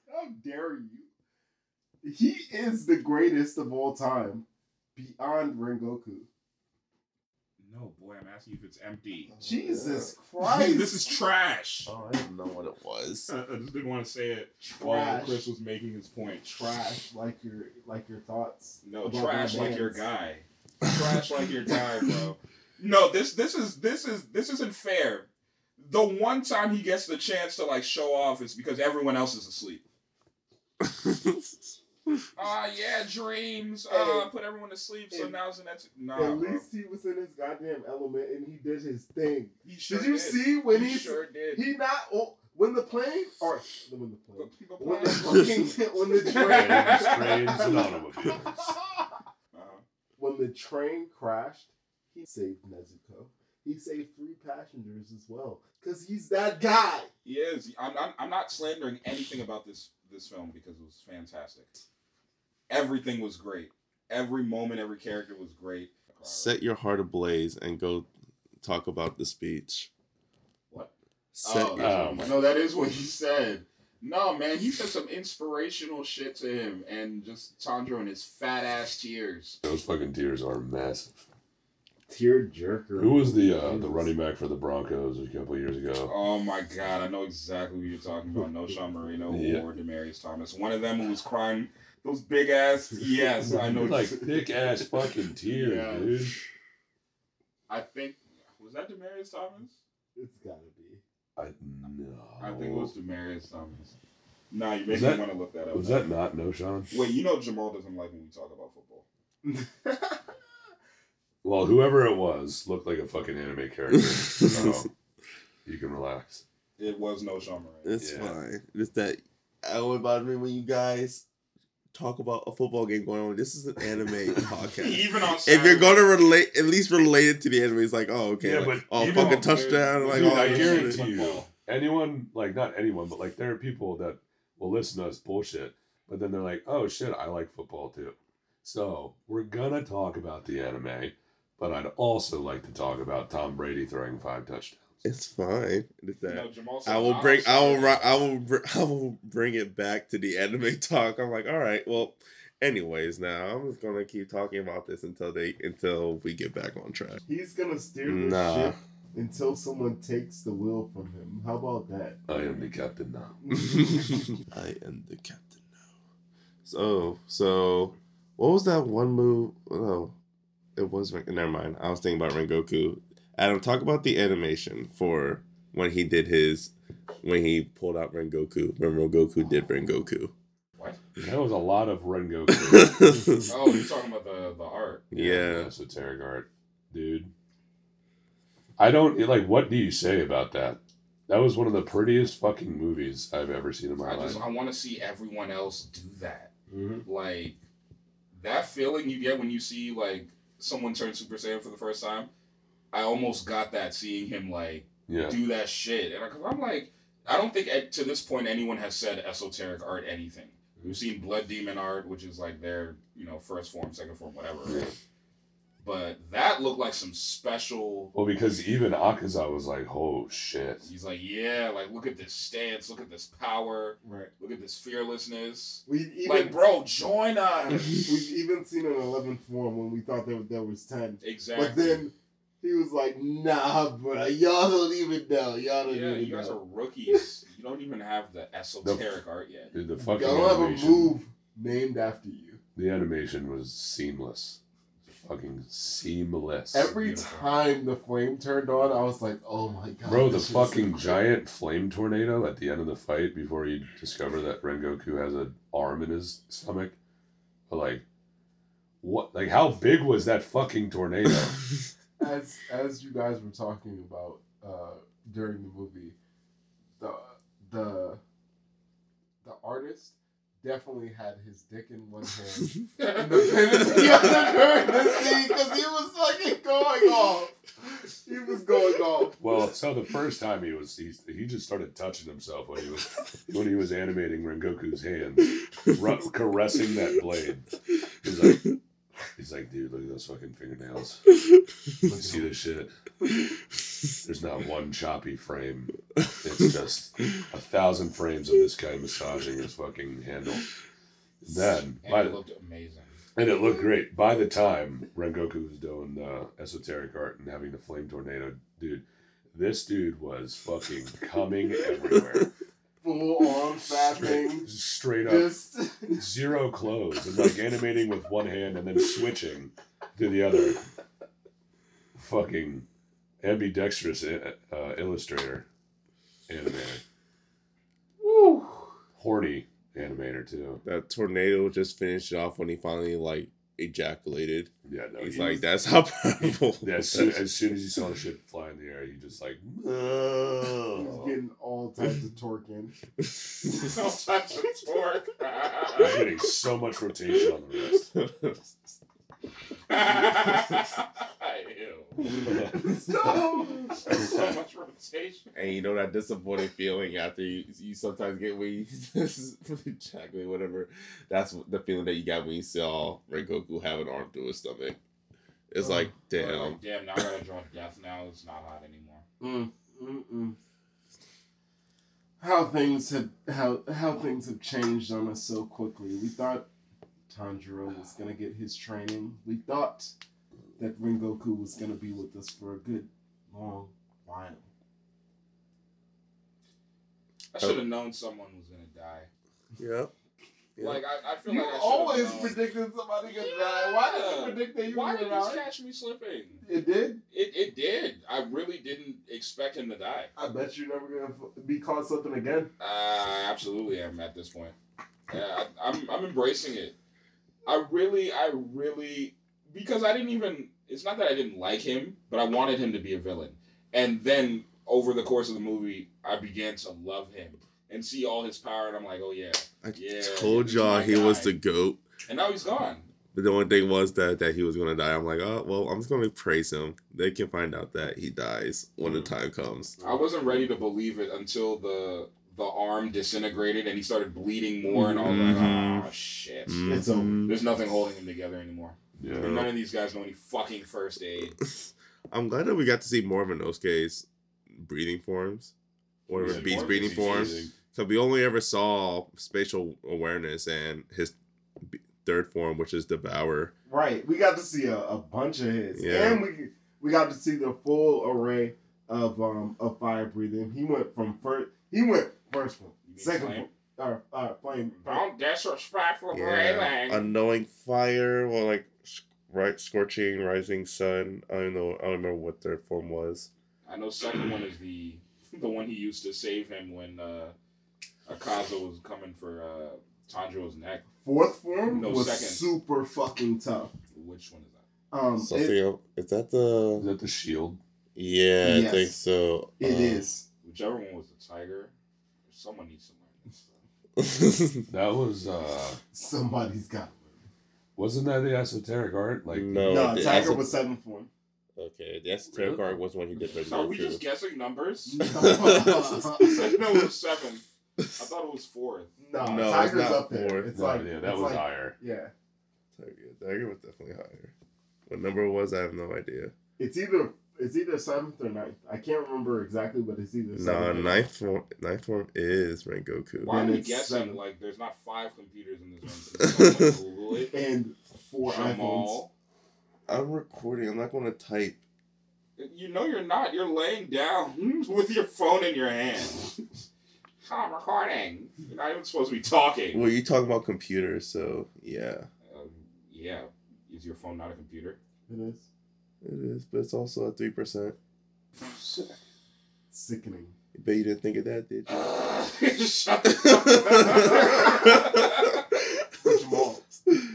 Speaker 3: How dare you? He is the greatest of all time, beyond Rengoku.
Speaker 1: Oh, No, boy, I'm asking you if it's empty.
Speaker 3: Jesus Christ!
Speaker 1: this is trash.
Speaker 4: Oh, I didn't know what it was.
Speaker 1: I I just didn't want to say it while
Speaker 3: trash.
Speaker 1: Chris was making his point. Trash.
Speaker 3: Trash like your like your thoughts.
Speaker 1: No,
Speaker 3: about
Speaker 1: trash
Speaker 3: my
Speaker 1: like
Speaker 3: man's.
Speaker 1: your guy. trash like your guy, bro. No, this this is this is this isn't fair. The one time he gets the chance to like show off is because everyone else is asleep. Ah, yeah, dreams. Uh,
Speaker 3: Hey.
Speaker 1: put everyone to sleep. So
Speaker 3: Hey.
Speaker 1: now it's next. Nah,
Speaker 3: At
Speaker 1: bro.
Speaker 3: least he was in his goddamn element and he did his thing.
Speaker 1: He sure
Speaker 3: did you see when
Speaker 1: He
Speaker 3: he
Speaker 1: sure did.
Speaker 3: he not oh, when the plane or when the plane
Speaker 1: People
Speaker 3: when
Speaker 1: playing.
Speaker 3: the fucking when the
Speaker 2: Trains,
Speaker 3: train
Speaker 2: trains, and automobiles.
Speaker 1: Uh-huh.
Speaker 3: when the train crashed, he saved Nezuko. He saved three passengers as well because he's that guy.
Speaker 1: He is. I'm, I'm, I'm not slandering anything about this this film because it was fantastic. Everything was great. Every moment, every character was great.
Speaker 4: Set your heart ablaze and go talk about the speech.
Speaker 1: What?
Speaker 4: Set
Speaker 1: Oh,
Speaker 4: your
Speaker 2: um,
Speaker 1: No, that is what he said. No, man, he said some inspirational shit to him, and just Sandro and his fat ass tears.
Speaker 2: Those fucking tears are massive.
Speaker 3: Tear jerker.
Speaker 2: Who was the uh, the running back for the Broncos a couple years ago?
Speaker 1: Oh my god, I know exactly who you're talking about. No Sean Marino
Speaker 2: Yeah.
Speaker 1: or Demarius Thomas. One of them who was crying those big ass. Yes, I know.
Speaker 2: Like thick ass fucking tears,
Speaker 1: Yeah.
Speaker 2: dude.
Speaker 1: I think was that Demarius Thomas.
Speaker 3: It's gotta be.
Speaker 2: I no.
Speaker 1: I think it was Demarius Thomas. Nah, you
Speaker 2: Was
Speaker 1: make me
Speaker 2: that-
Speaker 1: want to look that up.
Speaker 2: Was that not No Sean?
Speaker 1: Wait, you know Jamal doesn't like when we talk about football.
Speaker 2: Well, whoever it was looked like a fucking anime character. so you can relax.
Speaker 1: It was no Sean Moran.
Speaker 4: It's
Speaker 2: Yeah.
Speaker 4: fine. Just that. I would bother me when you guys talk about a football game going on. This is an anime podcast.
Speaker 1: Even on
Speaker 4: If you're
Speaker 1: Saturday-
Speaker 4: going to relate, at least relate it to the anime. It's like, oh, okay,
Speaker 2: Yeah,
Speaker 4: like,
Speaker 2: but
Speaker 4: oh,
Speaker 2: even
Speaker 4: fucking
Speaker 1: on-
Speaker 4: touchdown, like,
Speaker 2: Dude,
Speaker 4: oh,
Speaker 2: I
Speaker 4: shit.
Speaker 2: guarantee you, anyone like not anyone, but like there are people that will listen to us bullshit, but then they're like, "Oh shit, I like football too." So we're gonna talk about the anime, but I'd also like to talk about Tom Brady throwing five touchdowns.
Speaker 4: It's fine. It's
Speaker 1: You
Speaker 4: that.
Speaker 1: know, Jamal said
Speaker 4: I will
Speaker 1: not
Speaker 4: bring.
Speaker 1: on
Speaker 4: I will. ri-
Speaker 1: Saturday.
Speaker 4: I will. br- I will bring it back to the anime talk. I'm like, all right. Well, anyways, now I'm just gonna keep talking about this until they until we get back on track.
Speaker 3: He's gonna steer this
Speaker 4: Nah.
Speaker 3: ship until someone takes the wheel from him. How about that?
Speaker 2: I am the captain now.
Speaker 4: Mm-hmm. I am the captain now. So, so what was that one move? Oh, it was Ren- never mind. I was thinking about Rengoku. Adam, talk about the animation for when he did his when he pulled out Rengoku. When Rengoku did Rengoku.
Speaker 1: What?
Speaker 2: That was a lot of Rengoku.
Speaker 1: Oh, you're talking about the the art.
Speaker 4: Yeah.
Speaker 2: That's a Terragard, dude. I don't like. What do you say about that? That was one of the prettiest fucking movies I've ever seen in my
Speaker 1: I
Speaker 2: life.
Speaker 1: just I want to see everyone else do that.
Speaker 2: Mhm.
Speaker 1: Like that feeling you get when you see like someone turn Super Saiyan for the first time. I almost got that seeing him like
Speaker 2: Yeah,
Speaker 1: do that shit, and I, 'cause I'm like, I don't think at, to this point anyone has said esoteric art anything. We've seen Blood Demon art, which is like their you know first form, second form, whatever.
Speaker 2: Yeah.
Speaker 1: But that looked like some special.
Speaker 2: Well, because even Akaza was like, "Oh shit."
Speaker 1: He's like, yeah, like look at this stance, look at this power,
Speaker 3: Right.
Speaker 1: look at this fearlessness.
Speaker 3: We even
Speaker 1: like, bro, join us.
Speaker 3: We've even seen an 11th form when we thought there, there was 10.
Speaker 1: exactly.
Speaker 3: But then he was like, nah, bro, y'all don't even know. Y'all don't
Speaker 1: yeah,
Speaker 3: even
Speaker 1: you guys are
Speaker 3: know.
Speaker 1: rookies. you don't even have the esoteric art yet.
Speaker 2: Dude, the fucking
Speaker 3: y'all don't have a
Speaker 2: animation,
Speaker 3: move named after you.
Speaker 2: the animation was seamless, fucking seamless.
Speaker 3: Every
Speaker 1: beautiful.
Speaker 3: time the flame turned on, I was like, oh my god.
Speaker 2: Bro, the
Speaker 3: this shit's
Speaker 2: fucking
Speaker 3: so
Speaker 2: giant flame tornado at the end of the fight before you discover that Rengoku has an arm in his stomach. But like, what? Like, how big was that fucking tornado?
Speaker 3: cool. As, as you guys were talking about uh, during the movie, the, the, the artist definitely had his dick in one hand. and the pin is the other currency because he was fucking going off. He was going off.
Speaker 2: well, so the first time he was, he, he just started touching himself when he was when he was animating Rengoku's hand, ru- caressing that blade. He's like, he's like, dude, look at those fucking fingernails. Look, see this shit. There's not one choppy frame. It's just a thousand frames of this guy massaging his fucking handle. Then,
Speaker 1: And
Speaker 2: by,
Speaker 1: it looked amazing.
Speaker 2: and it looked great. By the time Rengoku was doing uh, esoteric art and having the flame tornado, dude, this dude was fucking coming everywhere.
Speaker 3: Full on fapping.
Speaker 2: Straight, straight up
Speaker 3: Just
Speaker 2: zero clothes and like animating with one hand and then switching to the other. Fucking ambidextrous i- uh, illustrator, animator,
Speaker 3: woo.
Speaker 2: horny animator too.
Speaker 4: That tornado just finished off when he finally like ejaculated.
Speaker 2: Yeah, no,
Speaker 4: He's
Speaker 2: he-
Speaker 4: like, that's how powerful.
Speaker 2: yeah, as, soon, as soon as he saw the shit fly in the air, he just like,
Speaker 3: He was
Speaker 2: "Ugh."
Speaker 3: getting all types of torque in.
Speaker 1: Sometimes it's pork.
Speaker 2: I'm getting so much rotation on the wrist.
Speaker 1: Ew.
Speaker 3: No.
Speaker 1: So much rotation.
Speaker 4: And you know that disappointed feeling after you, you sometimes get when you exactly whatever. That's the feeling that you got when you saw Rengoku have an arm through his stomach. It's like, damn.
Speaker 1: Like, damn, now I gotta draw death now. It's not hot anymore.
Speaker 3: Mm, mm, mm. How things have how how things have changed on us so quickly. We thought Tanjiro was gonna get his training. We thought that Rengoku was gonna be with us for a good long while.
Speaker 1: I should have known someone was gonna die.
Speaker 4: Yeah. Yeah.
Speaker 1: Like, I, I feel
Speaker 3: You
Speaker 1: like I should've
Speaker 3: always
Speaker 1: known.
Speaker 3: predicted somebody could die.
Speaker 1: Yeah.
Speaker 3: Why did you predict that you
Speaker 1: Why
Speaker 3: were
Speaker 1: did
Speaker 3: gonna
Speaker 1: this
Speaker 3: die?
Speaker 1: catch me slipping?
Speaker 3: It did.
Speaker 1: It, it did. I really didn't expect him to die.
Speaker 3: I bet you're never gonna f- be caught slipping again.
Speaker 1: I absolutely am at this point. Yeah, I, I'm I'm embracing it. I really, I really, because I didn't even. It's not that I didn't like him, but I wanted him to be a villain. And then over the course of the movie, I began to love him and see all his power, and I'm like, oh yeah.
Speaker 4: I
Speaker 1: Yeah,
Speaker 4: told
Speaker 1: he's
Speaker 4: y'all
Speaker 1: my
Speaker 4: he was
Speaker 1: guy.
Speaker 4: the goat.
Speaker 1: And now he's gone.
Speaker 4: But the only thing was that that he was gonna die. I'm like, oh well, I'm just gonna praise him. They can find out that he dies when the time comes.
Speaker 1: I wasn't ready to believe it until the the arm disintegrated and he started bleeding more, and I was like, oh shit.
Speaker 5: Mm.
Speaker 3: It's over.
Speaker 4: Mhm.
Speaker 1: There's nothing holding him together anymore.
Speaker 2: Yeah.
Speaker 1: None of these guys know any fucking first aid.
Speaker 4: I'm glad that we got to see more of Inosuke's breathing forms, or
Speaker 2: Yeah,
Speaker 4: Beast
Speaker 1: more
Speaker 4: breathing
Speaker 1: diseases.
Speaker 4: forms. So we only ever saw spatial awareness and his b- third form, which is Devour.
Speaker 3: Right. We got to see a, a bunch of hits.
Speaker 4: Yeah.
Speaker 3: And we we got to see the full array of um of fire breathing. He went from first he went first one,
Speaker 1: You mean
Speaker 3: second
Speaker 1: flame?
Speaker 3: one, or uh, flame.
Speaker 1: Don't disrespectful
Speaker 4: Yeah.
Speaker 1: Grayling.
Speaker 5: Unknowing fire, or like s- right, scorching, rising sun. I don't know. I don't remember what third form was.
Speaker 1: I know second one is the the one he used to save him when uh, Akaza was coming for uh, Tanjiro's neck.
Speaker 3: Fourth form
Speaker 1: No,
Speaker 3: was
Speaker 1: second.
Speaker 3: super fucking tough.
Speaker 1: Which one is that?
Speaker 3: Um,
Speaker 5: Something
Speaker 3: it,
Speaker 5: else. Is that
Speaker 2: Is
Speaker 5: the?
Speaker 2: that the shield?
Speaker 5: Yeah, I
Speaker 3: Yes.
Speaker 5: think so. Uh,
Speaker 3: it
Speaker 4: Uh-huh.
Speaker 3: is.
Speaker 1: Whichever one was the tiger, someone needs to learn this stuff.
Speaker 5: is.
Speaker 2: That was uh
Speaker 3: Somebody's got.
Speaker 2: wasn't that the esoteric art? Like
Speaker 5: No.
Speaker 3: It.
Speaker 5: Oh,
Speaker 3: No,
Speaker 5: the-
Speaker 3: Tiger
Speaker 5: that's a-
Speaker 3: was seven form.
Speaker 5: okay, that's
Speaker 2: Really?
Speaker 5: tarot card was when he did the
Speaker 1: So are we
Speaker 5: Naruto.
Speaker 1: just guessing numbers?
Speaker 3: no,
Speaker 1: I said no, it was seven. I thought it was four.
Speaker 5: No, it's
Speaker 3: Tiger's
Speaker 5: not
Speaker 3: up
Speaker 5: four.
Speaker 3: there. It's
Speaker 2: no
Speaker 3: like
Speaker 2: idea.
Speaker 3: it's
Speaker 2: That was
Speaker 3: like-
Speaker 2: higher.
Speaker 3: Yeah,
Speaker 5: Tiger, Tiger was definitely higher. What number it was? I have no idea.
Speaker 3: it's either it's either seventh or ninth. I can't remember exactly, but it's either.
Speaker 5: No,
Speaker 3: seventh or
Speaker 5: ninth form. Ninth form is Rengoku.
Speaker 1: Why are
Speaker 3: And
Speaker 1: we
Speaker 3: it's
Speaker 1: guessing?
Speaker 3: seven.
Speaker 1: Like, there's not five computers in this room. Someone Google it.
Speaker 3: And four iPhones.
Speaker 1: Jamal.
Speaker 5: I'm recording. I'm not going to type.
Speaker 1: You know you're not. You're laying down with your phone in your hand. I'm recording. You're not even supposed to be talking.
Speaker 5: Well, you talking about computers, so yeah,
Speaker 1: Um, yeah. Is your phone not a computer?
Speaker 3: It is
Speaker 5: it is. But it's also at three percent.
Speaker 3: sickening.
Speaker 5: Bet you didn't think of that, did you?
Speaker 1: Just shut the fuck up.
Speaker 3: Jamal,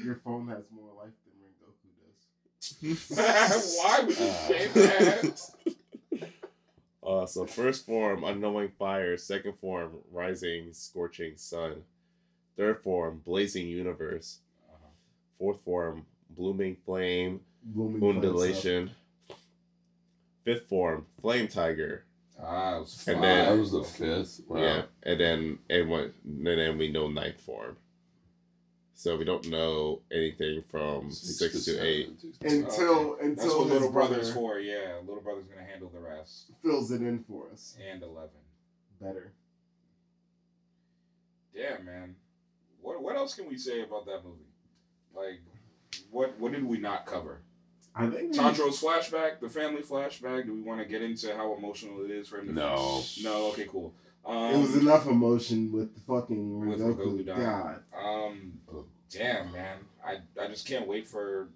Speaker 3: your phone has more life than Rengoku does.
Speaker 1: Why would you say that?
Speaker 5: Uh, so first form, unknowing fire. Second form, rising, scorching sun. Third form, blazing universe. Fourth form, blooming flame,
Speaker 3: Blooming
Speaker 5: undulation. Fifth form, flame tiger.
Speaker 1: Ah, it was
Speaker 5: And then-
Speaker 1: five.
Speaker 2: that was the fifth. Wow.
Speaker 5: Yeah, and then and what? And then we know ninth form. So we don't know anything from six, to
Speaker 2: seven,
Speaker 5: eight.
Speaker 2: six to
Speaker 3: flag stuff. Until
Speaker 1: That's
Speaker 3: until
Speaker 1: what
Speaker 3: his
Speaker 1: little
Speaker 3: brother
Speaker 1: brother's for. Yeah, little brother's gonna handle the rest
Speaker 3: fills it in for us
Speaker 1: and eleven.
Speaker 3: better.
Speaker 1: Damn, man. What what else can we say about that movie? Like, what what did we not cover?
Speaker 3: I think we-
Speaker 1: Tantro's flashback, the family flashback. Do we want to get into how emotional it is for him? to-
Speaker 2: No.
Speaker 1: No. Okay. Cool. Um,
Speaker 3: it was enough emotion with the fucking
Speaker 1: With
Speaker 3: Rengoku.
Speaker 1: Rengoku dying.
Speaker 3: God,
Speaker 1: Um, damn, man. I I just can't wait for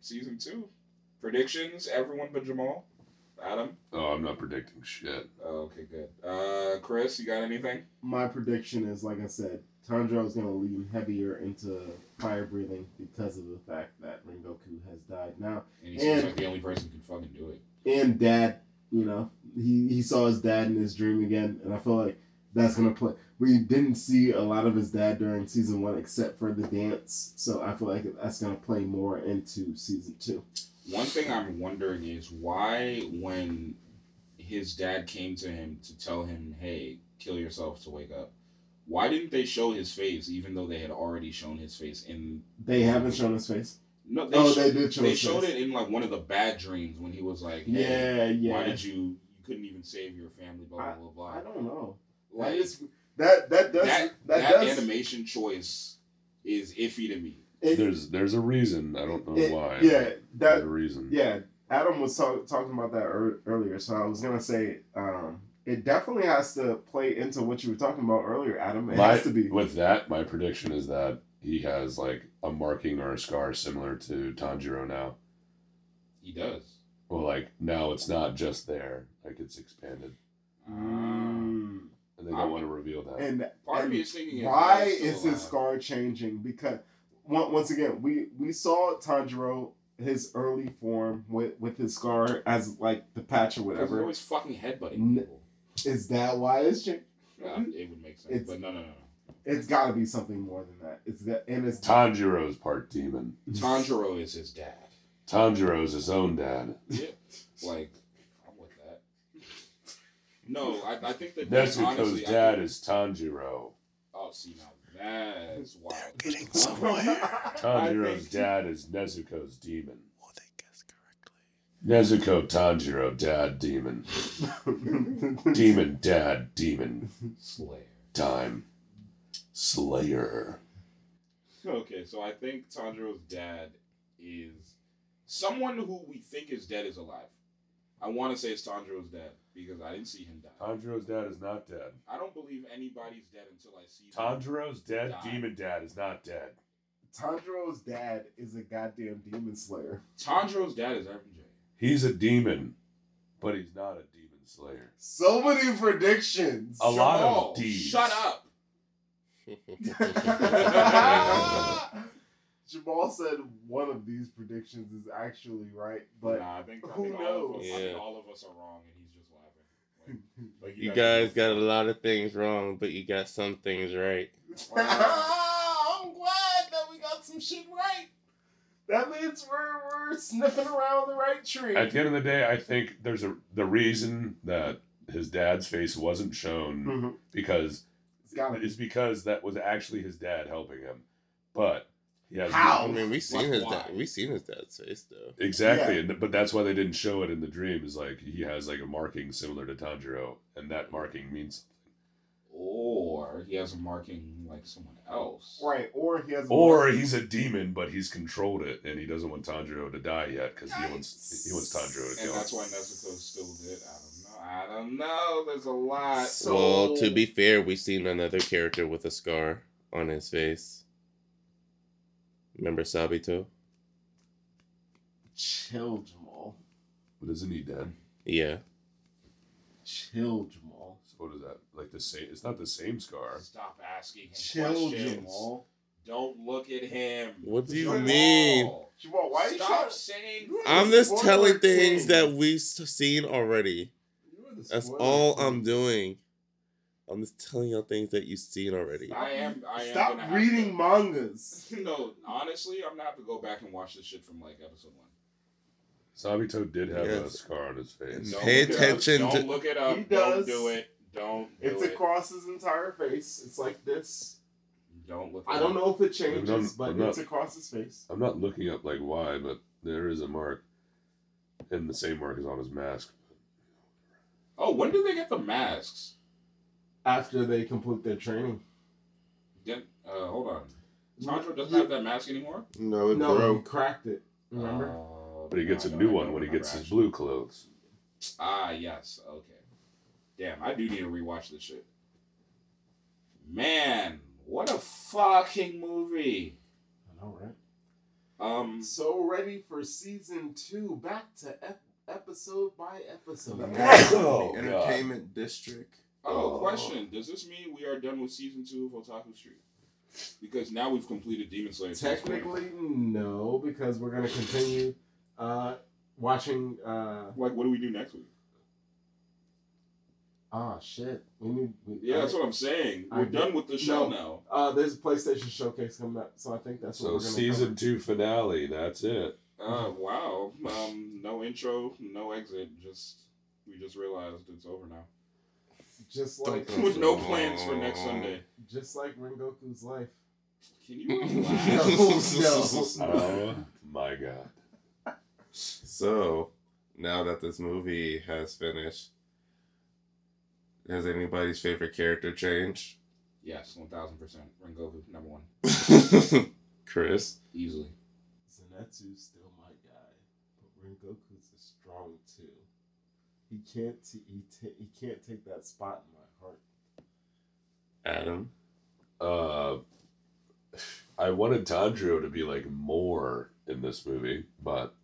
Speaker 1: season two. Predictions. Everyone but Jamal. Adam.
Speaker 2: Oh, I'm not predicting shit.
Speaker 1: Oh, okay, good. Uh, Chris, you got anything?
Speaker 3: my prediction is like I said, Tanjiro is gonna lean heavier into fire breathing because of the fact that Rengoku has died now,
Speaker 1: And he seems
Speaker 3: And-
Speaker 1: like the only person who can fucking do it.
Speaker 3: and Dad, you know, he he saw his dad in his dream again, and I feel like that's gonna play. We didn't see a lot of his dad during season one except for the dance, so I feel like that's gonna play more into season two.
Speaker 1: One thing I'm wondering is why, when his dad came to him to tell him, "Hey, kill yourself to wake up," why didn't they show his face, even though they had already shown his face in?
Speaker 3: They haven't shown his face.
Speaker 1: No, they,
Speaker 3: oh,
Speaker 1: sho-
Speaker 3: they did show
Speaker 1: they
Speaker 3: his
Speaker 1: showed
Speaker 3: face.
Speaker 1: it in like one of the bad dreams when he was like, "Hey,
Speaker 3: Yeah, yeah.
Speaker 1: why did you? You couldn't even save your family." Blah blah blah.
Speaker 3: I don't know.
Speaker 1: blah. Like,
Speaker 3: that is that that does
Speaker 1: that,
Speaker 3: that,
Speaker 1: that
Speaker 3: does
Speaker 1: animation choice is iffy to me.
Speaker 3: it-
Speaker 2: There's there's a reason. I don't know
Speaker 3: it-
Speaker 2: why.
Speaker 3: yeah
Speaker 2: There's a
Speaker 3: that
Speaker 2: reason.
Speaker 3: yeah. Adam was talk, talking about that ear earlier, so I was gonna say um, it definitely has to play into what you were talking about earlier, Adam. It
Speaker 2: My-
Speaker 3: has to be.
Speaker 2: With that, my prediction is that he has like a marking or a scar similar to Tanjiro now.
Speaker 1: He does.
Speaker 2: Well, like now it's not just there; like it's expanded,
Speaker 3: Mm.
Speaker 2: and they don't
Speaker 1: I'm-
Speaker 2: want to reveal that.
Speaker 3: And
Speaker 1: Part of
Speaker 3: And
Speaker 1: me is thinking,
Speaker 3: why
Speaker 1: is Dad's
Speaker 3: is
Speaker 1: still
Speaker 3: his
Speaker 1: alive?
Speaker 3: scar changing? Because on- once again, we we saw Tanjiro his early form with with his scar as like the patch or
Speaker 1: Because he's
Speaker 3: whatever.
Speaker 1: always fucking headbutting
Speaker 3: N-
Speaker 1: people.
Speaker 3: Is that why it's changing?
Speaker 1: Uh, it would make sense,
Speaker 3: It's-
Speaker 1: but no, no, no, no.
Speaker 3: It's got to be something more than that. It's that, and it's
Speaker 2: Tanjiro's part demon.
Speaker 1: Tanjiro is his dad.
Speaker 2: Tanjiro's his own dad.
Speaker 1: Yeah, like I'm with that. No, I, I think that
Speaker 2: Nezuko's
Speaker 1: honestly, I
Speaker 2: dad
Speaker 1: think-
Speaker 2: is Tanjiro.
Speaker 1: Oh, see now that's wild.
Speaker 6: getting somewhere.
Speaker 2: Tanjiro's dad is Nezuko's demon. Nezuko Tanjiro, dad demon. Demon dad demon.
Speaker 1: Slayer.
Speaker 2: Time. Slayer.
Speaker 1: Okay, so I think Tanjiro's dad is someone who we think is dead is alive. I want to say it's Tanjiro's dad because I didn't see him die.
Speaker 2: Tanjiro's dad is not dead.
Speaker 1: I don't believe anybody's dead until I see them.
Speaker 2: Tanjiro's dead
Speaker 1: Die.
Speaker 2: demon dad is not dead.
Speaker 3: Tanjiro's dad is a goddamn demon slayer.
Speaker 1: Tanjiro's dad is MJ.
Speaker 2: He's a demon, but he's not a demon slayer.
Speaker 3: So many predictions.
Speaker 2: A lot of
Speaker 1: Oh,
Speaker 2: Ds.
Speaker 1: Shut up.
Speaker 3: Jamal said one of these predictions is actually right, but
Speaker 1: nah, I think, I
Speaker 3: who
Speaker 1: think all of us, I
Speaker 3: knows?
Speaker 1: think
Speaker 5: Yeah.
Speaker 1: all of us are wrong, and he's just laughing. Like, like
Speaker 5: You guys got a lot of things wrong, but you got some things right.
Speaker 3: I'm glad that we got some shit right. That means we're, we're sniffing around the right tree.
Speaker 2: At the end of the day, I think there's a the reason that his dad's face wasn't
Speaker 1: Hmm.
Speaker 2: shown
Speaker 3: Mhm.
Speaker 2: because
Speaker 3: It's gotta be.
Speaker 2: is because that was actually his dad helping him. But he has
Speaker 5: I
Speaker 3: How?
Speaker 5: mean, we seen his
Speaker 1: Why?
Speaker 5: dad. We seen his dad's face though.
Speaker 2: Exactly,
Speaker 3: Yeah.
Speaker 2: and, but that's why they didn't show it in the dream. Is like he has like a marking similar to Tanjiro, and that marking means
Speaker 1: Or he has a marking like someone else.
Speaker 3: Right, or he has.
Speaker 2: Or he's a demon, but he's controlled it, and he doesn't want Tanjiro to die yet because he wants he wants Tanjiro to
Speaker 1: And
Speaker 2: kill him.
Speaker 1: that's why Nezuko still did. I don't know. I don't know. There's a lot.
Speaker 3: So-
Speaker 5: well, to be fair, we seen another character with a scar on his face. Remember Sabito?
Speaker 3: Chill, Jamal.
Speaker 2: But isn't he dead?
Speaker 5: Yeah.
Speaker 3: Chill, Jamal.
Speaker 2: So what is that? Like the same? It's not the same scar.
Speaker 1: Stop asking him
Speaker 3: Chill,
Speaker 1: questions.
Speaker 3: Jamal.
Speaker 1: Don't look at him.
Speaker 5: What do you
Speaker 1: Jamal,
Speaker 5: mean?
Speaker 3: Jamal, why are you
Speaker 1: Stop
Speaker 3: trying?
Speaker 1: saying.
Speaker 3: You are the
Speaker 5: I'm just
Speaker 3: spoiler
Speaker 5: telling things
Speaker 3: king.
Speaker 5: that we've s- seen already.
Speaker 3: You are the
Speaker 5: That's
Speaker 3: spoiler
Speaker 5: all
Speaker 3: king.
Speaker 5: I'm doing. I'm just telling y'all things that you've seen already.
Speaker 1: I am. I am.
Speaker 3: Stop
Speaker 1: gonna have
Speaker 3: reading
Speaker 1: to-
Speaker 3: mangas.
Speaker 1: No, honestly, I'm gonna have to go back and watch this shit from like episode one.
Speaker 2: Sabito did have a
Speaker 5: Yes.
Speaker 2: scar on his face.
Speaker 1: Don't
Speaker 5: Pay
Speaker 1: look it up.
Speaker 5: attention to-
Speaker 1: Don't look it up.
Speaker 3: He
Speaker 1: Don't
Speaker 3: does.
Speaker 1: do it. Don't do
Speaker 3: It's
Speaker 1: it.
Speaker 3: across his entire face. It's like this.
Speaker 1: Don't look. It
Speaker 3: I don't
Speaker 1: up.
Speaker 3: know if it
Speaker 2: I'm
Speaker 3: changes,
Speaker 2: not-
Speaker 3: but
Speaker 2: I'm not-
Speaker 3: it's across his face.
Speaker 2: I'm not looking up like why, but there is a mark, and the same mark is on his mask.
Speaker 1: Oh, when did they get the masks?
Speaker 3: After they complete their training.
Speaker 1: Did, uh, hold on. Tanjiro doesn't have that mask anymore.
Speaker 5: No,
Speaker 3: No, he cracked it. Remember?
Speaker 1: Oh,
Speaker 2: But he gets
Speaker 1: no,
Speaker 2: a
Speaker 1: I
Speaker 2: new
Speaker 1: don't- I
Speaker 2: one
Speaker 1: don't
Speaker 2: when he
Speaker 1: remember,
Speaker 2: gets his
Speaker 1: actually.
Speaker 2: blue clothes.
Speaker 1: Ah, yes. Okay. Damn, I do need to rewatch this shit. Man, what a fucking movie.
Speaker 3: I know, right?
Speaker 1: Um,
Speaker 3: So ready for season two, back to ep- episode by episode.
Speaker 2: Oh, God.
Speaker 6: Entertainment District.
Speaker 1: oh,
Speaker 2: Oh.
Speaker 1: question. Does this mean we are done with season two of Otaku Street? Because now we've completed Demon Slayer. at this point.
Speaker 3: Technically, no, because we're gonna continue uh, watching. Uh,
Speaker 1: Like, what do we do next week?
Speaker 3: ah, shit. We need. We,
Speaker 1: Yeah, that's what I'm saying.
Speaker 3: I
Speaker 1: We're
Speaker 3: get-
Speaker 1: done with the show
Speaker 3: no.
Speaker 1: now.
Speaker 3: Uh, there's a PlayStation showcase coming up, so I think that's what
Speaker 2: So
Speaker 3: we're gonna
Speaker 2: season two finale. That's it.
Speaker 1: Uh, wow. Um, no intro, no exit. Just we just realized it's over now.
Speaker 3: cover. Just like
Speaker 1: With no plans for next Sunday.
Speaker 3: just like Rengoku's life.
Speaker 1: Can you relax?
Speaker 2: Oh my god.
Speaker 5: So, now that this movie has finished, has anybody's favorite character changed?
Speaker 1: Yes, one thousand percent. Rengoku, number one,
Speaker 5: Chris?
Speaker 1: easily.
Speaker 3: Zenetsu's still my guy, but Rengoku's a strong two. He can't t- he, ta he can't take that spot in my heart.
Speaker 5: Adam?
Speaker 2: uh, I wanted Tanjiro to be like more in this movie, but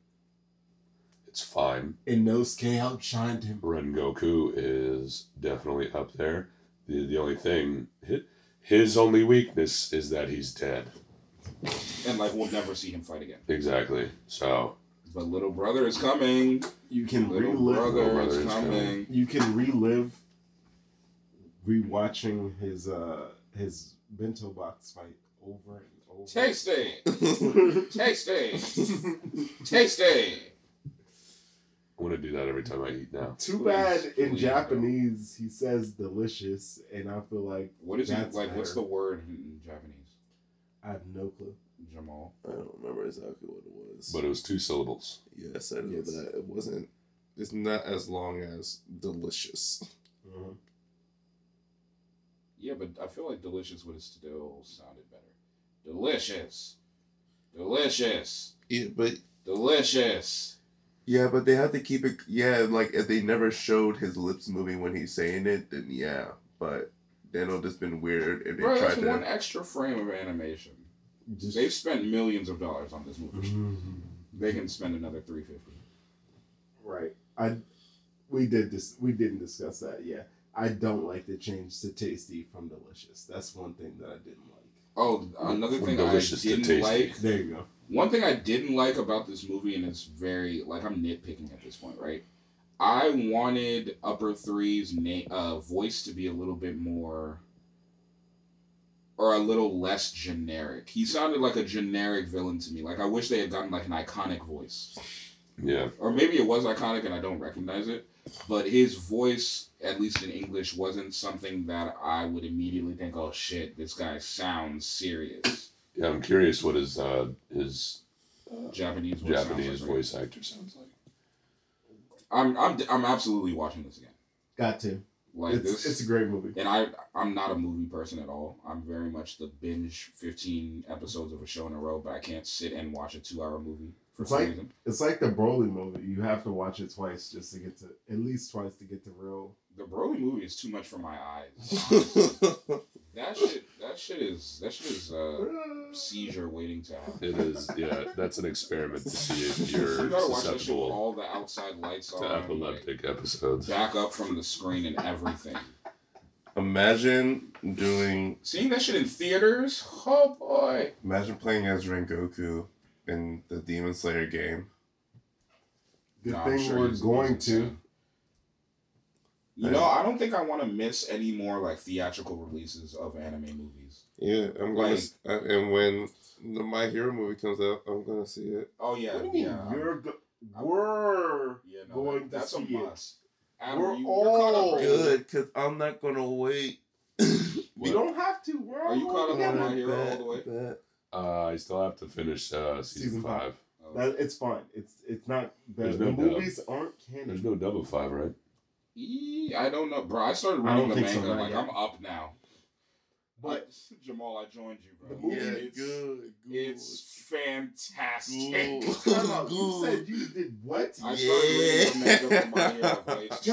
Speaker 2: it's fine.
Speaker 3: Inosuke outshined him.
Speaker 2: Rengoku is definitely up there. The, the only thing, hi- his only weakness is that he's dead.
Speaker 1: And like we'll never see him fight again.
Speaker 2: Exactly. So,
Speaker 1: But little brother is coming.
Speaker 3: You can
Speaker 1: Little
Speaker 3: relive.
Speaker 1: brother,
Speaker 2: Little brother
Speaker 1: is
Speaker 2: is
Speaker 1: coming.
Speaker 2: coming.
Speaker 3: You can relive rewatching his uh his bento box fight over and over.
Speaker 1: Tasty, tasty, tasty.
Speaker 2: I want to do that every time I eat now.
Speaker 3: Too
Speaker 1: Please,
Speaker 3: bad in
Speaker 1: please
Speaker 3: Japanese he says delicious, and I feel like
Speaker 1: What is he like?
Speaker 3: That's
Speaker 1: What's
Speaker 3: better.
Speaker 1: the word in Japanese?
Speaker 3: I have no clue.
Speaker 1: Jamal.
Speaker 5: I don't remember exactly what it was.
Speaker 2: But it was two syllables.
Speaker 5: yes, I know
Speaker 3: Yes.
Speaker 5: that. It wasn't, it's not as long as delicious.
Speaker 1: Mm-hmm. Yeah, but I feel like delicious would have still sounded better. Delicious, delicious,
Speaker 6: Yeah, but
Speaker 1: delicious.
Speaker 6: yeah, but they have to keep it. Yeah, like if they never showed his lips moving when he's saying it, then yeah. But then it'll just been weird if they
Speaker 1: Bro,
Speaker 6: tried
Speaker 1: that's
Speaker 6: to.
Speaker 1: one extra frame of animation.
Speaker 3: Just
Speaker 1: They've spent millions of dollars on this movie.
Speaker 3: Mhm.
Speaker 1: They can spend another three fifty.
Speaker 3: right. I we did this. We didn't discuss that. Yeah, I don't like the change to tasty from delicious. That's one thing that I didn't like.
Speaker 1: Oh, another
Speaker 2: From
Speaker 1: thing I
Speaker 2: delicious to
Speaker 1: didn't
Speaker 2: tasty.
Speaker 1: like.
Speaker 2: There you go.
Speaker 1: One thing I didn't like about this movie, and it's very like I'm nitpicking at this point, right? I wanted Upper Three's na- uh, voice to be a little bit more, or a little less generic. He sounded like a generic villain to me. Like I wish they had gotten like an iconic voice,
Speaker 2: Yeah.
Speaker 1: or maybe it was iconic and I don't recognize it. But his voice, at least in English, wasn't something that I would immediately think, "Oh shit, this guy sounds serious."
Speaker 2: Yeah, I'm curious what his uh his
Speaker 1: Japanese voice. sounds like,
Speaker 2: Japanese
Speaker 1: right?
Speaker 2: voice actor sounds like.
Speaker 1: I'm I'm I'm absolutely watching this again.
Speaker 3: Got to.
Speaker 1: Like
Speaker 3: it's,
Speaker 1: this,
Speaker 3: it's a great movie.
Speaker 1: and I I'm not a movie person at all. I'm very much the binge 15 episodes of a show in a row, but I can't sit and watch a two hour movie for
Speaker 3: It's
Speaker 1: some
Speaker 3: like-
Speaker 1: reason.
Speaker 3: It's like the Broly movie. You have to watch it twice just to get to at least twice to get the real.
Speaker 1: The Broly movie is too much for my eyes. that shit that shit is that shit is uh seizure waiting to happen.
Speaker 2: It is, yeah. That's an experiment to see if
Speaker 1: You
Speaker 2: you're
Speaker 1: gotta watch that shit with
Speaker 2: susceptible
Speaker 1: all the outside lights
Speaker 2: to
Speaker 1: on. Like,
Speaker 2: epileptic episodes.
Speaker 1: back up from the screen and everything.
Speaker 6: Imagine doing.
Speaker 1: Seeing that shit in theaters, oh boy.
Speaker 6: Imagine playing as Rengoku in the Demon Slayer game.
Speaker 3: Good
Speaker 1: Nah, I'm
Speaker 3: thing
Speaker 1: sure
Speaker 3: we're
Speaker 1: he's-
Speaker 3: going
Speaker 1: he's
Speaker 3: to.
Speaker 1: insane. You know, I don't think I want to miss any more like theatrical releases of anime movies.
Speaker 6: Yeah, I'm
Speaker 1: Like-
Speaker 6: gonna. s- uh, and when the My Hero movie comes out, I'm gonna see it.
Speaker 1: Oh yeah,
Speaker 3: What do you mean?
Speaker 1: yeah.
Speaker 3: You're go- we're
Speaker 1: yeah, no,
Speaker 3: going
Speaker 1: that-
Speaker 3: to
Speaker 1: that's a
Speaker 3: see it.
Speaker 1: must. Adam,
Speaker 3: We're
Speaker 1: you, you're caught up,
Speaker 3: all
Speaker 1: right?
Speaker 6: Good, cause I'm not gonna wait.
Speaker 3: we don't have to. We're all
Speaker 1: Are you caught up on
Speaker 3: together.
Speaker 1: My Hero all the way?
Speaker 2: Uh, I still have to finish uh, season,
Speaker 3: Season
Speaker 2: five.
Speaker 3: five.
Speaker 1: Oh.
Speaker 3: That, it's fine. It's it's not bad.
Speaker 2: There's
Speaker 3: the
Speaker 2: no doubt.
Speaker 3: movies aren't
Speaker 2: There's
Speaker 3: canon.
Speaker 2: no double five, right?
Speaker 1: Eee, I don't know, bro. I started
Speaker 3: I
Speaker 1: reading
Speaker 3: don't
Speaker 1: the
Speaker 3: think so,
Speaker 1: manga.
Speaker 3: not
Speaker 1: like
Speaker 3: yet.
Speaker 1: I'm up now. But
Speaker 3: But-
Speaker 1: Jamal, I joined you, bro.
Speaker 3: The movie
Speaker 6: Yeah,
Speaker 1: it's,
Speaker 6: good. good.
Speaker 1: it's fantastic.
Speaker 6: Good.
Speaker 3: Time out. You
Speaker 6: Good.
Speaker 3: said you did what?
Speaker 1: I started reading the
Speaker 6: Yeah.
Speaker 1: manga for My uh, Hero, but it's too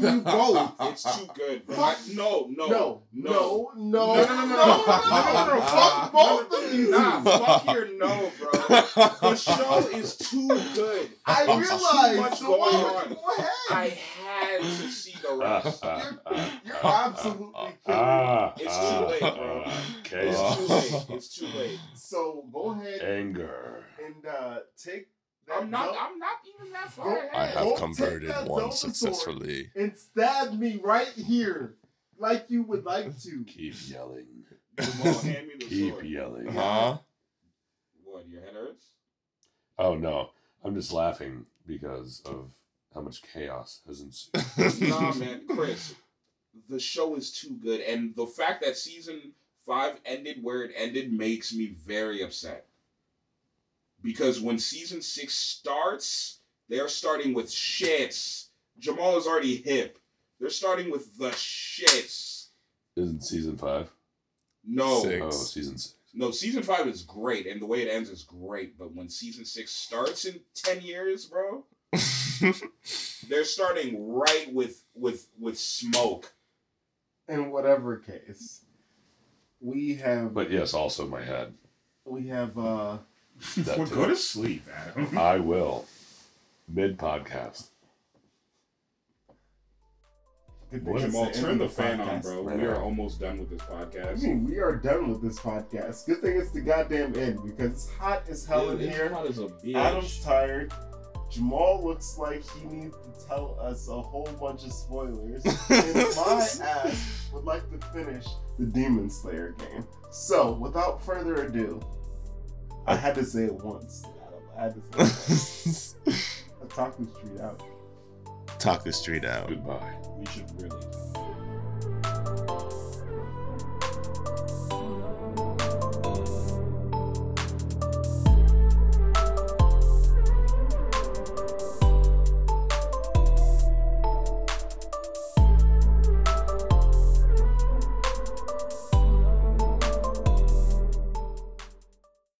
Speaker 1: good.
Speaker 3: damn you both!
Speaker 1: It's too good, bro. I- no, no,
Speaker 3: No, no, no, no,
Speaker 1: No, no,
Speaker 6: no,
Speaker 1: no, no, no,
Speaker 6: no, no.
Speaker 3: Fuck both of you.
Speaker 1: Nah, fuck your no, bro. The show is too good.
Speaker 3: I
Speaker 1: There's too
Speaker 3: realize.
Speaker 1: much
Speaker 3: So
Speaker 1: going
Speaker 3: why would
Speaker 1: on.
Speaker 3: you go ahead?
Speaker 1: I had to see the
Speaker 2: Ah,
Speaker 1: rest.
Speaker 2: ah, ah,
Speaker 3: You're
Speaker 2: ah,
Speaker 3: absolutely
Speaker 2: ah,
Speaker 3: kidding
Speaker 2: ah,
Speaker 3: me.
Speaker 1: It's too
Speaker 2: ah,
Speaker 1: late, bro.
Speaker 2: ah,
Speaker 1: It's
Speaker 2: Chaos.
Speaker 1: too late. It's too late.
Speaker 3: So go ahead
Speaker 2: Anger.
Speaker 3: and uh, take. That
Speaker 1: I'm not.
Speaker 3: belt
Speaker 1: I'm not even that far ahead.
Speaker 7: I have
Speaker 3: Don't
Speaker 7: converted
Speaker 3: take that
Speaker 7: one
Speaker 3: Zelda sword.
Speaker 7: successfully.
Speaker 3: and stab me right here, like you would like to.
Speaker 2: Keep yelling.
Speaker 1: Jamal, hand me the
Speaker 2: Keep
Speaker 1: sword.
Speaker 2: yelling.
Speaker 7: Huh?
Speaker 1: What? Your head hurts?
Speaker 2: Oh no, I'm just laughing because of how much chaos has ensued.
Speaker 1: nah, man, Chris. The show is too good, and the fact that season five ended where it ended makes me very upset. Because when season six starts, they're starting with shits. Jamal is already hip. They're starting with the shits.
Speaker 2: Isn't season five?
Speaker 1: No,
Speaker 7: Sick.
Speaker 2: Oh,
Speaker 7: Six.
Speaker 2: season six.
Speaker 1: no, season five is great, and the way it ends is great. But when season six starts in ten years, bro, they're starting right with with with smoke.
Speaker 3: In whatever case, we have
Speaker 2: But yes, also my head.
Speaker 3: we have uh
Speaker 2: That
Speaker 1: Well,
Speaker 2: too.
Speaker 1: go to sleep, Adam.
Speaker 2: I will. Mid podcast.
Speaker 3: good
Speaker 1: Boy,
Speaker 3: thing it's
Speaker 1: Jamal,
Speaker 3: the end
Speaker 1: turn the
Speaker 3: of
Speaker 1: fan on,
Speaker 3: podcast.
Speaker 1: bro. We are almost done with this
Speaker 3: I
Speaker 1: podcast.
Speaker 3: mean, we are done with this podcast. Good thing it's the goddamn end because it's hot as hell in here.
Speaker 1: hot as a
Speaker 3: Adam's tired. Jamal looks like he needs to tell us a whole bunch of spoilers. and my ass would like to finish the Demon Slayer game. So, without further ado, I had to say it once. Adam. I had to say it once. Otaku Street out.
Speaker 7: Talk the street out.
Speaker 2: Goodbye.
Speaker 1: We should really.